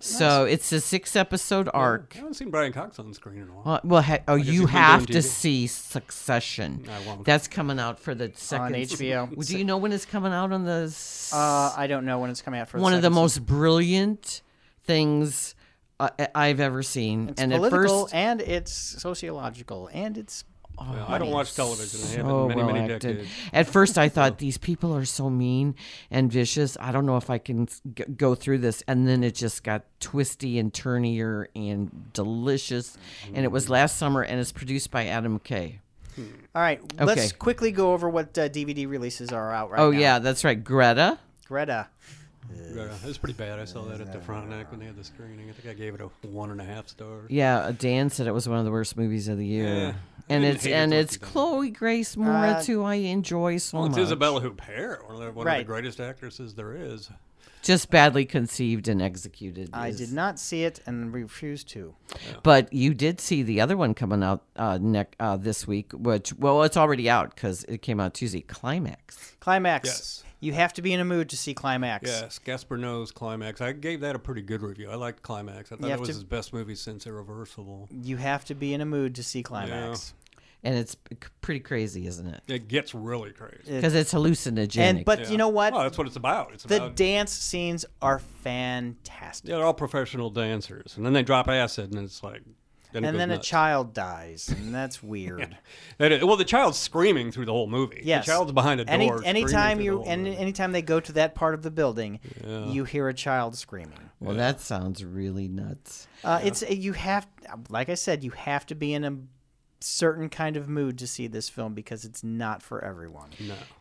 So it's a six episode arc. I haven't seen Brian Cox on screen in a while. Uh, well, ha- oh, he's you been have doing to see TV. Succession. I won't. That's coming out for the second s- HBO. Do you know when it's coming out on the s- Uh, I don't know when it's coming out for one of the second season. most brilliant things uh, I've ever seen? It's and political at first, and it's sociological and it's Well, I don't watch television. I haven't Oh, so in many, well many acted. decades. At first, I thought these people are so mean and vicious. I don't know if I can s- g- go through this. And then it just got twisty and turnier and delicious. And it was Mm-hmm. last summer, and it's produced by Adam Kay. all right. Let's Okay. quickly go over what uh, DVD releases are out right Oh now. yeah, that's right, Greta. Greta. Yeah, it was pretty bad. I saw that at the front neck when they had the screening. I think I gave it a one and a half stars. Yeah, Dan said it was one of the worst movies of the year. Yeah. And I didn't it's hate it and like it's you did. Chloe Grace Moretz who I enjoy so Well, it's much. Isabella Huppert, one, of the, one Right. of the greatest actresses there is. Just badly conceived and executed. I is- did not see it and refuse to. But you did see the other one coming out uh, neck uh, this week, which well, it's already out because it came out Tuesday. Climax. Climax. Yes. You have to be in a mood to see Climax. Yes, Gaspar Noe's Climax. I gave that a pretty good review. I liked Climax. I thought have it was to- his best movie since Irreversible. You have to be in a mood to see Climax. And it's c- pretty crazy, isn't it? It gets really crazy. Because it's hallucinogenic. And but Yeah. you know what? Well, that's what it's about. It's the about dance scenes are fantastic. they're all professional dancers, and then they drop acid, and it's like. Then and then a child child. dies, and that's weird. Well, the child's screaming through the whole movie. Yes. the child's behind a door. Any, screaming anytime through the you whole any, movie. anytime they go to that part of the building, you hear a child screaming. well, that sounds really nuts. Uh, It's you have, like I said, you have to be in a certain kind of mood to see this film because it's not for everyone.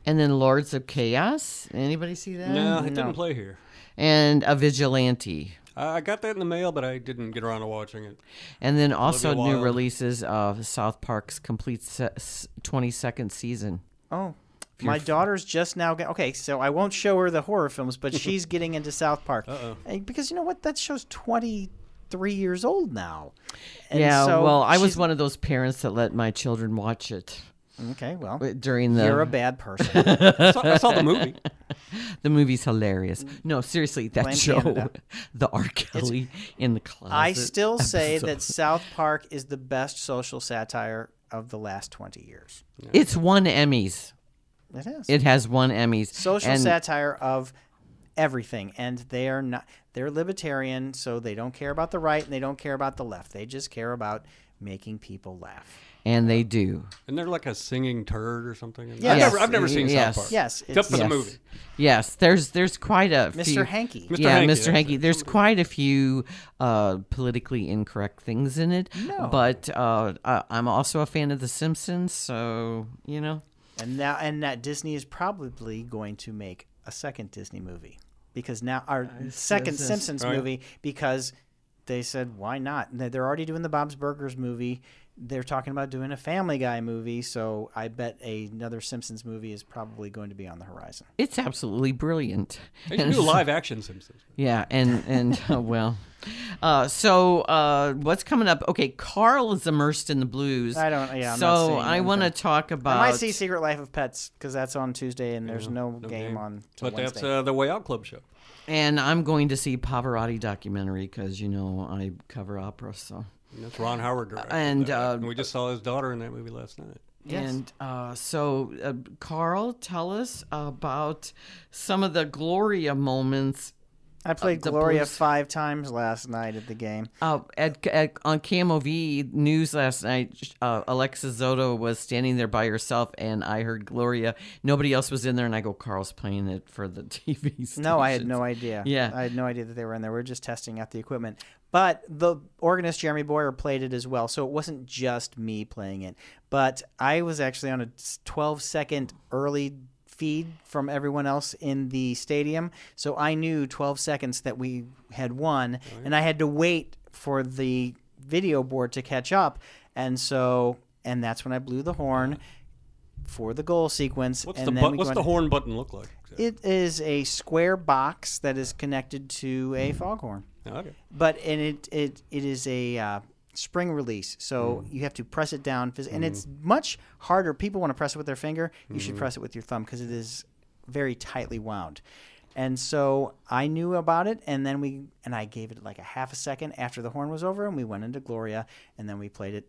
And then Lords of Chaos. Anybody see that? no, Mm, it didn't play here. And a vigilante. I I got that in the mail, but I didn't get around to watching it. And then also new Wilde. releases of South Park's complete se- s- 22nd season. Oh. My daughter's just now get, okay, so I won't show her the horror films, but she's getting into South Park Uh, because you know what? That show's twenty three years old now. And yeah, so well, I was she's- one of those parents that let my children watch it okay. Well, during the you're a bad person. I saw, I saw the movie. the movie's hilarious. No, seriously, that Blame show, Mm-hmm. Canada. the R. Kelly in the closet. I still say episode. that South Park is the best social satire of the last 20 years. it's won Emmys. It is. It has won Emmys. social and satire of everything and they are not they're libertarian so they don't care about the right and they don't care about the left. They just care about making people laugh. and they do. And they're like a singing turd or something. in Yes. I've never, I've never Yes. seen Yes. South Park. Yes, Except for it's- the yes. movie. Yes, there's there's quite a Mr. few- Hankey. Mr. Yeah, Mr. Hankey, that's Hankey. it. There's quite a few uh, politically incorrect things in it, No. but uh, I, I'm also a fan of The Simpsons, so you know. And now and that Disney is probably going to make a second Disney movie because now our second yes, yes. Simpsons Right. movie because they said why not? And They're already doing the Bob's Burgers movie. They're talking about doing a Family Guy movie, so I bet another Simpsons movie is probably going to be on the horizon. It's absolutely brilliant. They should And do live action Simpsons. Yeah, and and uh, well, uh, so uh, what's coming up? Okay, Carl is immersed in the blues. I don't- yeah, I'm so not seeing I want to talk about. I might see Secret Life of Pets because that's on Tuesday and there's no, game, game. on till But that's Wednesday. uh, the Way Out Club show. and I'm going to see Pavarotti documentary because you know I cover opera. So And that's Ron Howard directed. And, that. uh, and we just saw his daughter in that movie last night. and uh, so uh, Carl, tell us about some of the Gloria moments I played the Gloria blues- five times last night at the game. Uh, at, at on KMOV news last night, sh- uh, Alexa Zoto was standing there by herself, and I heard Gloria. Nobody else was in there, and I go, "Carl's playing it for the TV." Station. No, I had no idea. Yeah. I had no idea that they were in there. We were just testing out the equipment. But the organist Jeremy Boyer played it as well, so it wasn't just me playing it. But I was actually on a 12 second early feed from everyone else in the stadium, so I knew 12 seconds that we had won, Oh, and I had to wait for the video board to catch up, and so and that's when I blew the horn. For the goal sequence, What's and the then but, we what's go the into- horn button look like? it is a square box that is connected to a foghorn, Okay. but and it it it is a uh, spring release, so you have to press it down, phys- and it's much harder. People want to press it with their finger. You should press it with your thumb because it is very tightly wound. And so I knew about it, and then we and I gave it like a half a second after the horn was over, and we went into Gloria, and then we played it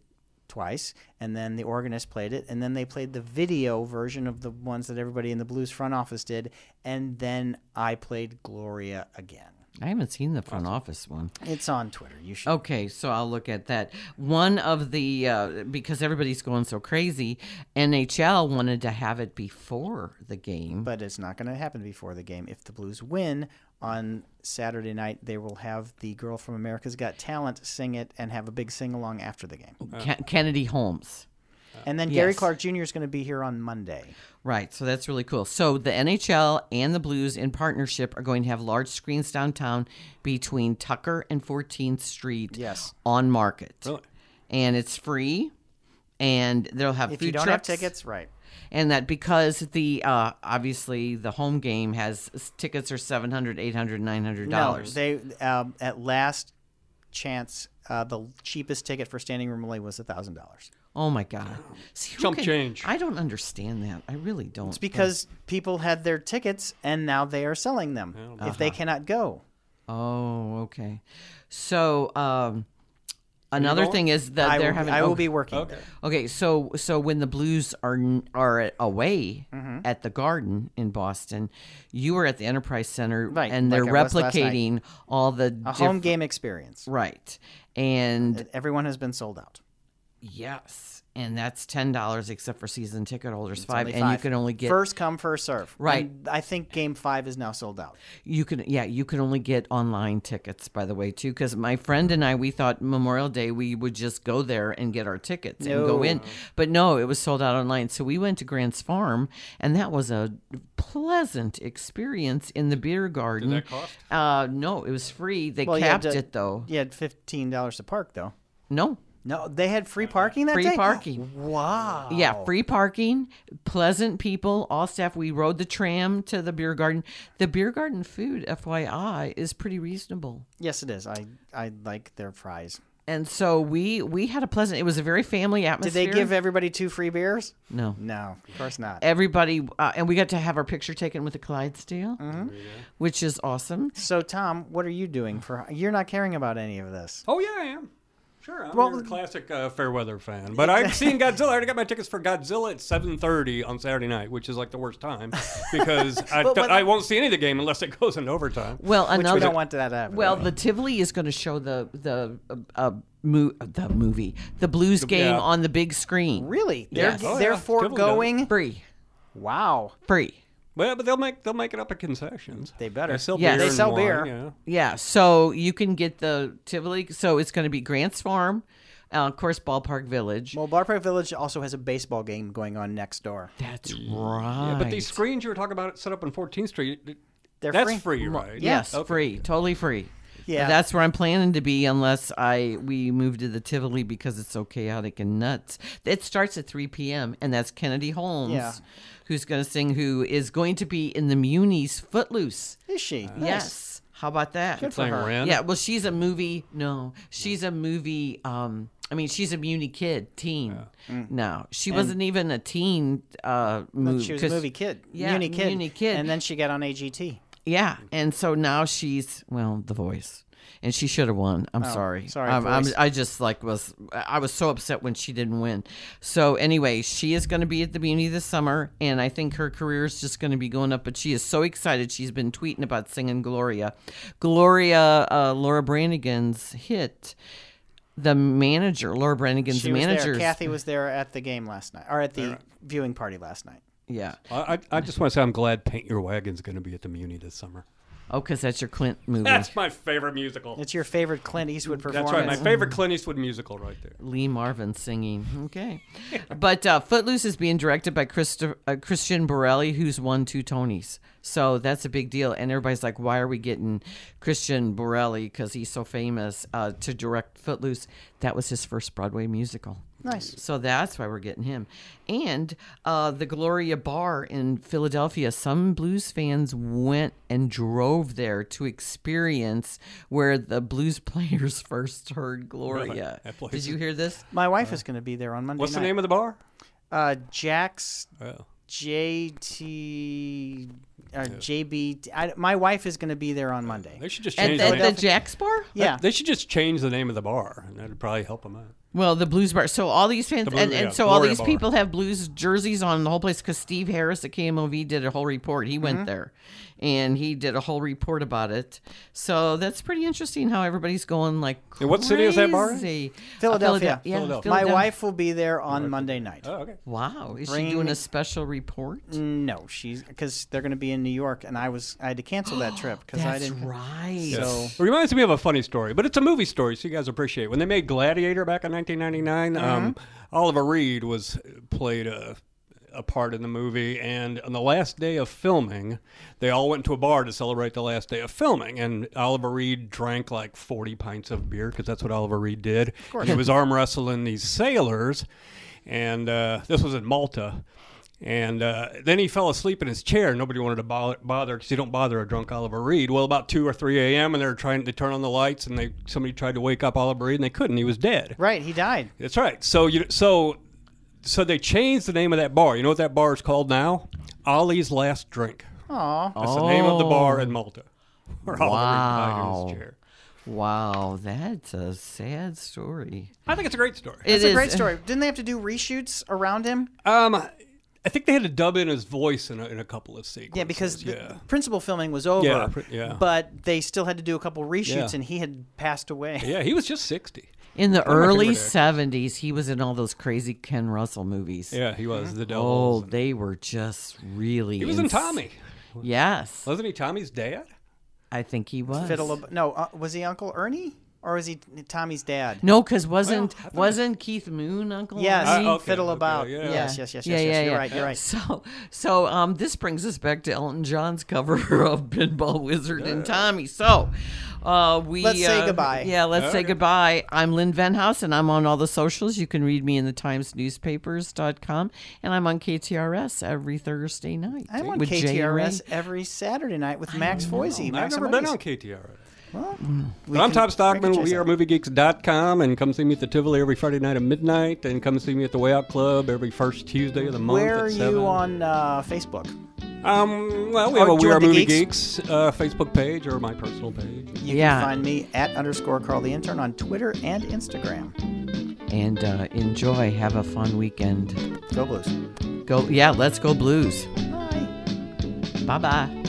twice, and then the organist played it, and then they played the video version of the ones that everybody in the blues front office did, and then I played Gloria again. I haven't seen the front office one. It's on Twitter. You should. Okay, so I'll look at that. One of the uh, because everybody's going so crazy, NHL wanted to have it before the game. but it's not going to happen before the game. If the Blues win on Saturday night, they will have the girl from America's Got Talent sing it and have a big sing along after the game. Ke- Kennedy Holmes. And then Gary Oh, Yes. Clark Jr. is going to be here on Monday. Right, so that's really cool. So the NHL and the Blues in partnership are going to have large screens downtown between Tucker and 14th Street. Yes. on Market. Really? And it's free, and they'll have If food you don't trucks. have tickets, right. and that because the uh, obviously the home game has tickets are 700 800 900 No, dollars they um, at last chance uh, the cheapest ticket for standing room only was a thousand dollars. oh my god See, who Chump change. i don't understand that i really don't It's because Oh. people had their tickets and now they are selling them if Uh-huh. they cannot go. oh okay so um another going? thing is that I they're will, having I will oh, be working. Okay. there. Okay, so so when the Blues are n- are away Mm-hmm. at the Garden in Boston, you were at the Enterprise Center, Right, and they're like I was last night. replicating all the A home game experience. right, and Everyone has been sold out. Yes, and that's ten dollars except for season ticket holders five, Only and you five. can only get first come first serve. Right. And I think game five is now sold out. you can yeah you can only get online tickets by the way too because my friend and I we thought Memorial Day we would just go there and get our tickets and go No. in, but no, it was sold out online. So we went to Grant's Farm, and that was a pleasant experience in the beer garden. that cost? Uh, no, it was free. They Well, you had capped to- it though. You had fifteen dollars to park though. No, No, they had free parking that Free day. parking. Wow. Yeah, free parking, pleasant people, all staff. We rode the tram to the beer garden. The beer garden food, FYI, is pretty reasonable. Yes, it is. I I like their fries. And so we we had a pleasant. It was a very family Did atmosphere. they give everybody two free beers? no? No, of course not. Everybody, uh, and we got to have our picture taken with the Clydesdale, Mm-hmm. which is awesome. So Tom, what are you doing for? You're not caring about any of this. Oh yeah, I am. Sure, I'm Well, your classic uh, Fairweather fan. But I've seen Godzilla. I already got my tickets for Godzilla at 7:30 on Saturday night, which is like the worst time because I, But when- I won't see any of the game unless it goes into overtime. Well, Which another we don't want that to happen. Well, the Tivoli is going to show the the uh, uh, mo- the movie, the Blues game yeah. on the big screen. really, they're Yes. Oh, yeah. they're Totally foregoing. Free, Wow. free. Well, but they'll make they'll make it up at concessions. They better. They sell Yes. beer. They and sell wine, beer. Yeah. Yeah, so you can get the Tivoli. So it's going to be Grants Farm, uh, of course, Ballpark Village. Well, Bar Park Village also has a baseball game going on next door. That's right. Yeah, but these screens you were talking about set up on 14th Street, th- They're that's free. free, right? yes, Okay. free, totally free. Yeah. that's where I'm planning to be unless I we move to the Tivoli because it's so chaotic and nuts. It starts at 3 p.m. and that's Kennedy Holmes, Yeah. who's going to sing. Who is going to be in the Muni's Footloose? Is she? Yes, how about that? Playing Ren. Yeah, well, she's a movie. No, she's a movie. Um, I mean, she's a muni kid, teen. No, she wasn't even a teen. Uh, Nice. movie. Mm. She was a movie kid. yeah, Muni kid. Muni kid. And then she got on AGT. Yeah, and so now she's well, The Voice, and she should have won. I'm sorry. Oh, sorry, I'm, I'm, Voice. I just like was I was so upset when she didn't win. So anyway, she is going to be at the Muni this summer, and I think her career is just going to be going up. But she is so excited. She's been tweeting about singing Gloria, Gloria, uh, Laura Branigan's hit. The manager, Laura Branigan's She was manager, there. Kathy was there at the game last night, or at the viewing party last night. Yeah. I, I, I just want to say I'm glad Paint Your Wagon's going to be at the Muni this summer. Oh, because that's your Clint movie. That's my favorite musical. It's your favorite Clint Eastwood performance. that's right, my favorite Clint Eastwood musical right there. Lee Marvin singing. Okay. but uh, Footloose is being directed by Christo- uh, Christian Borelli, who's won two Tonys. So that's a big deal. And everybody's like, why are we getting Christian Borelli, because he's so famous, uh, to direct Footloose? That was his first Broadway musical. Nice. So that's why we're getting him. And uh, the Gloria Bar in Philadelphia, some blues fans went and drove there to experience where the blues players first heard Gloria. that place Did is you hear this? My wife is going to be there on Monday What's night. the name of the bar? Uh, Jack's Oh. JT or JB. uh, I, my wife is going to be there on Monday. They should just At, change at the name. the Jack's Bar? yeah. They should just change the name of the bar, and that'd probably help them out. Well, the blues bar. So all these fans, The Blue- and, and yeah, so all Gloria these Bar. people have blues jerseys on the whole place because Steve Harris at KMOV did a whole report. He Mm-hmm. went there, and he did a whole report about it. So that's pretty interesting how everybody's going like. And what city is that bar in? crazy. Philadelphia. Philada- yeah, Philadelphia. my Philadelphia. wife will be there on Monday night. Oh, okay. Wow, is Bring- she doing a special report? Mm, No, she's because they're going to be in New York, and I was I had to cancel that trip because I That's didn't. right. So It reminds me of a funny story, but it's a movie story, so you guys appreciate. it. When they made Gladiator back in 1999, um, Oliver Reed was played a, a part in the movie, and on the last day of filming, they all went to a bar to celebrate the last day of filming, and Oliver Reed drank like 40 pints of beer because that's what Oliver Reed did. He was arm wrestling these sailors, and uh, this was in Malta. And uh, then he fell asleep in his chair. Nobody wanted to bo- bother because you don't bother a drunk Oliver Reed. Well, about two or three a.m., and they're trying to turn on the lights, and they somebody tried to wake up Oliver Reed, and they couldn't. He was dead. right, he died. That's right. So you so so they changed the name of that bar. You know what that bar is called now? Ollie's Last Drink. Aw, That's the name of the bar in Malta, where Oliver Reed died in Wow. his chair. Wow, that's a sad story. I think it's a great story. it's a great story. Didn't they have to do reshoots around him? Um, I think they had to dub in his voice in a, in a couple of sequences. Yeah, because the yeah. principal filming was over. Yeah, pr- yeah. But they still had to do a couple reshoots, Yeah. and he had passed away. yeah, he was just sixty. In the my favorite early actors. 70s, he was in all those crazy Ken Russell movies. Yeah, he was the devil. Oh, they were just really. He was in ins- Tommy. Yes, Wasn't he Tommy's dad? I think he was. Fiddle ab- no, uh, was he Uncle Ernie or was he Tommy's dad? No, because wasn't wasn't Keith Moon Uncle? Yes, Ernie? Uh, okay, fiddle okay, about. yeah. Yes, yes, yes, yes, yes. you're right. You're right. So, so um, this brings us back to Elton John's cover of Pinball Wizard and Tommy. So, uh, we Let's say uh, goodbye. Yeah, let's say goodbye. I'm Lynn Venhouse, and I'm on all the socials. You can read me in the Times Newspapers.com, and I'm on KTRS every Thursday night. I'm on with Jay Ray. KTRS every Saturday night with Max Voisey. I've Max never been on KTR. We But I'm can Top Stockman. recognize We are that. MovieGeeks.com, and come see me at the Tivoli every Friday night at midnight, and come see me at the Way Out Club every first Tuesday of the month. Where at are 7. you on uh, Facebook? Um, well, we Oh, have a We Join Are the Movie Geeks? Geeks, uh, Facebook page or my personal page. You Yeah. can find me at underscore Carl the Intern on Twitter and Instagram. and uh, enjoy. Have a fun weekend. Go Blues. Go, yeah, let's go Blues. Bye. Bye bye.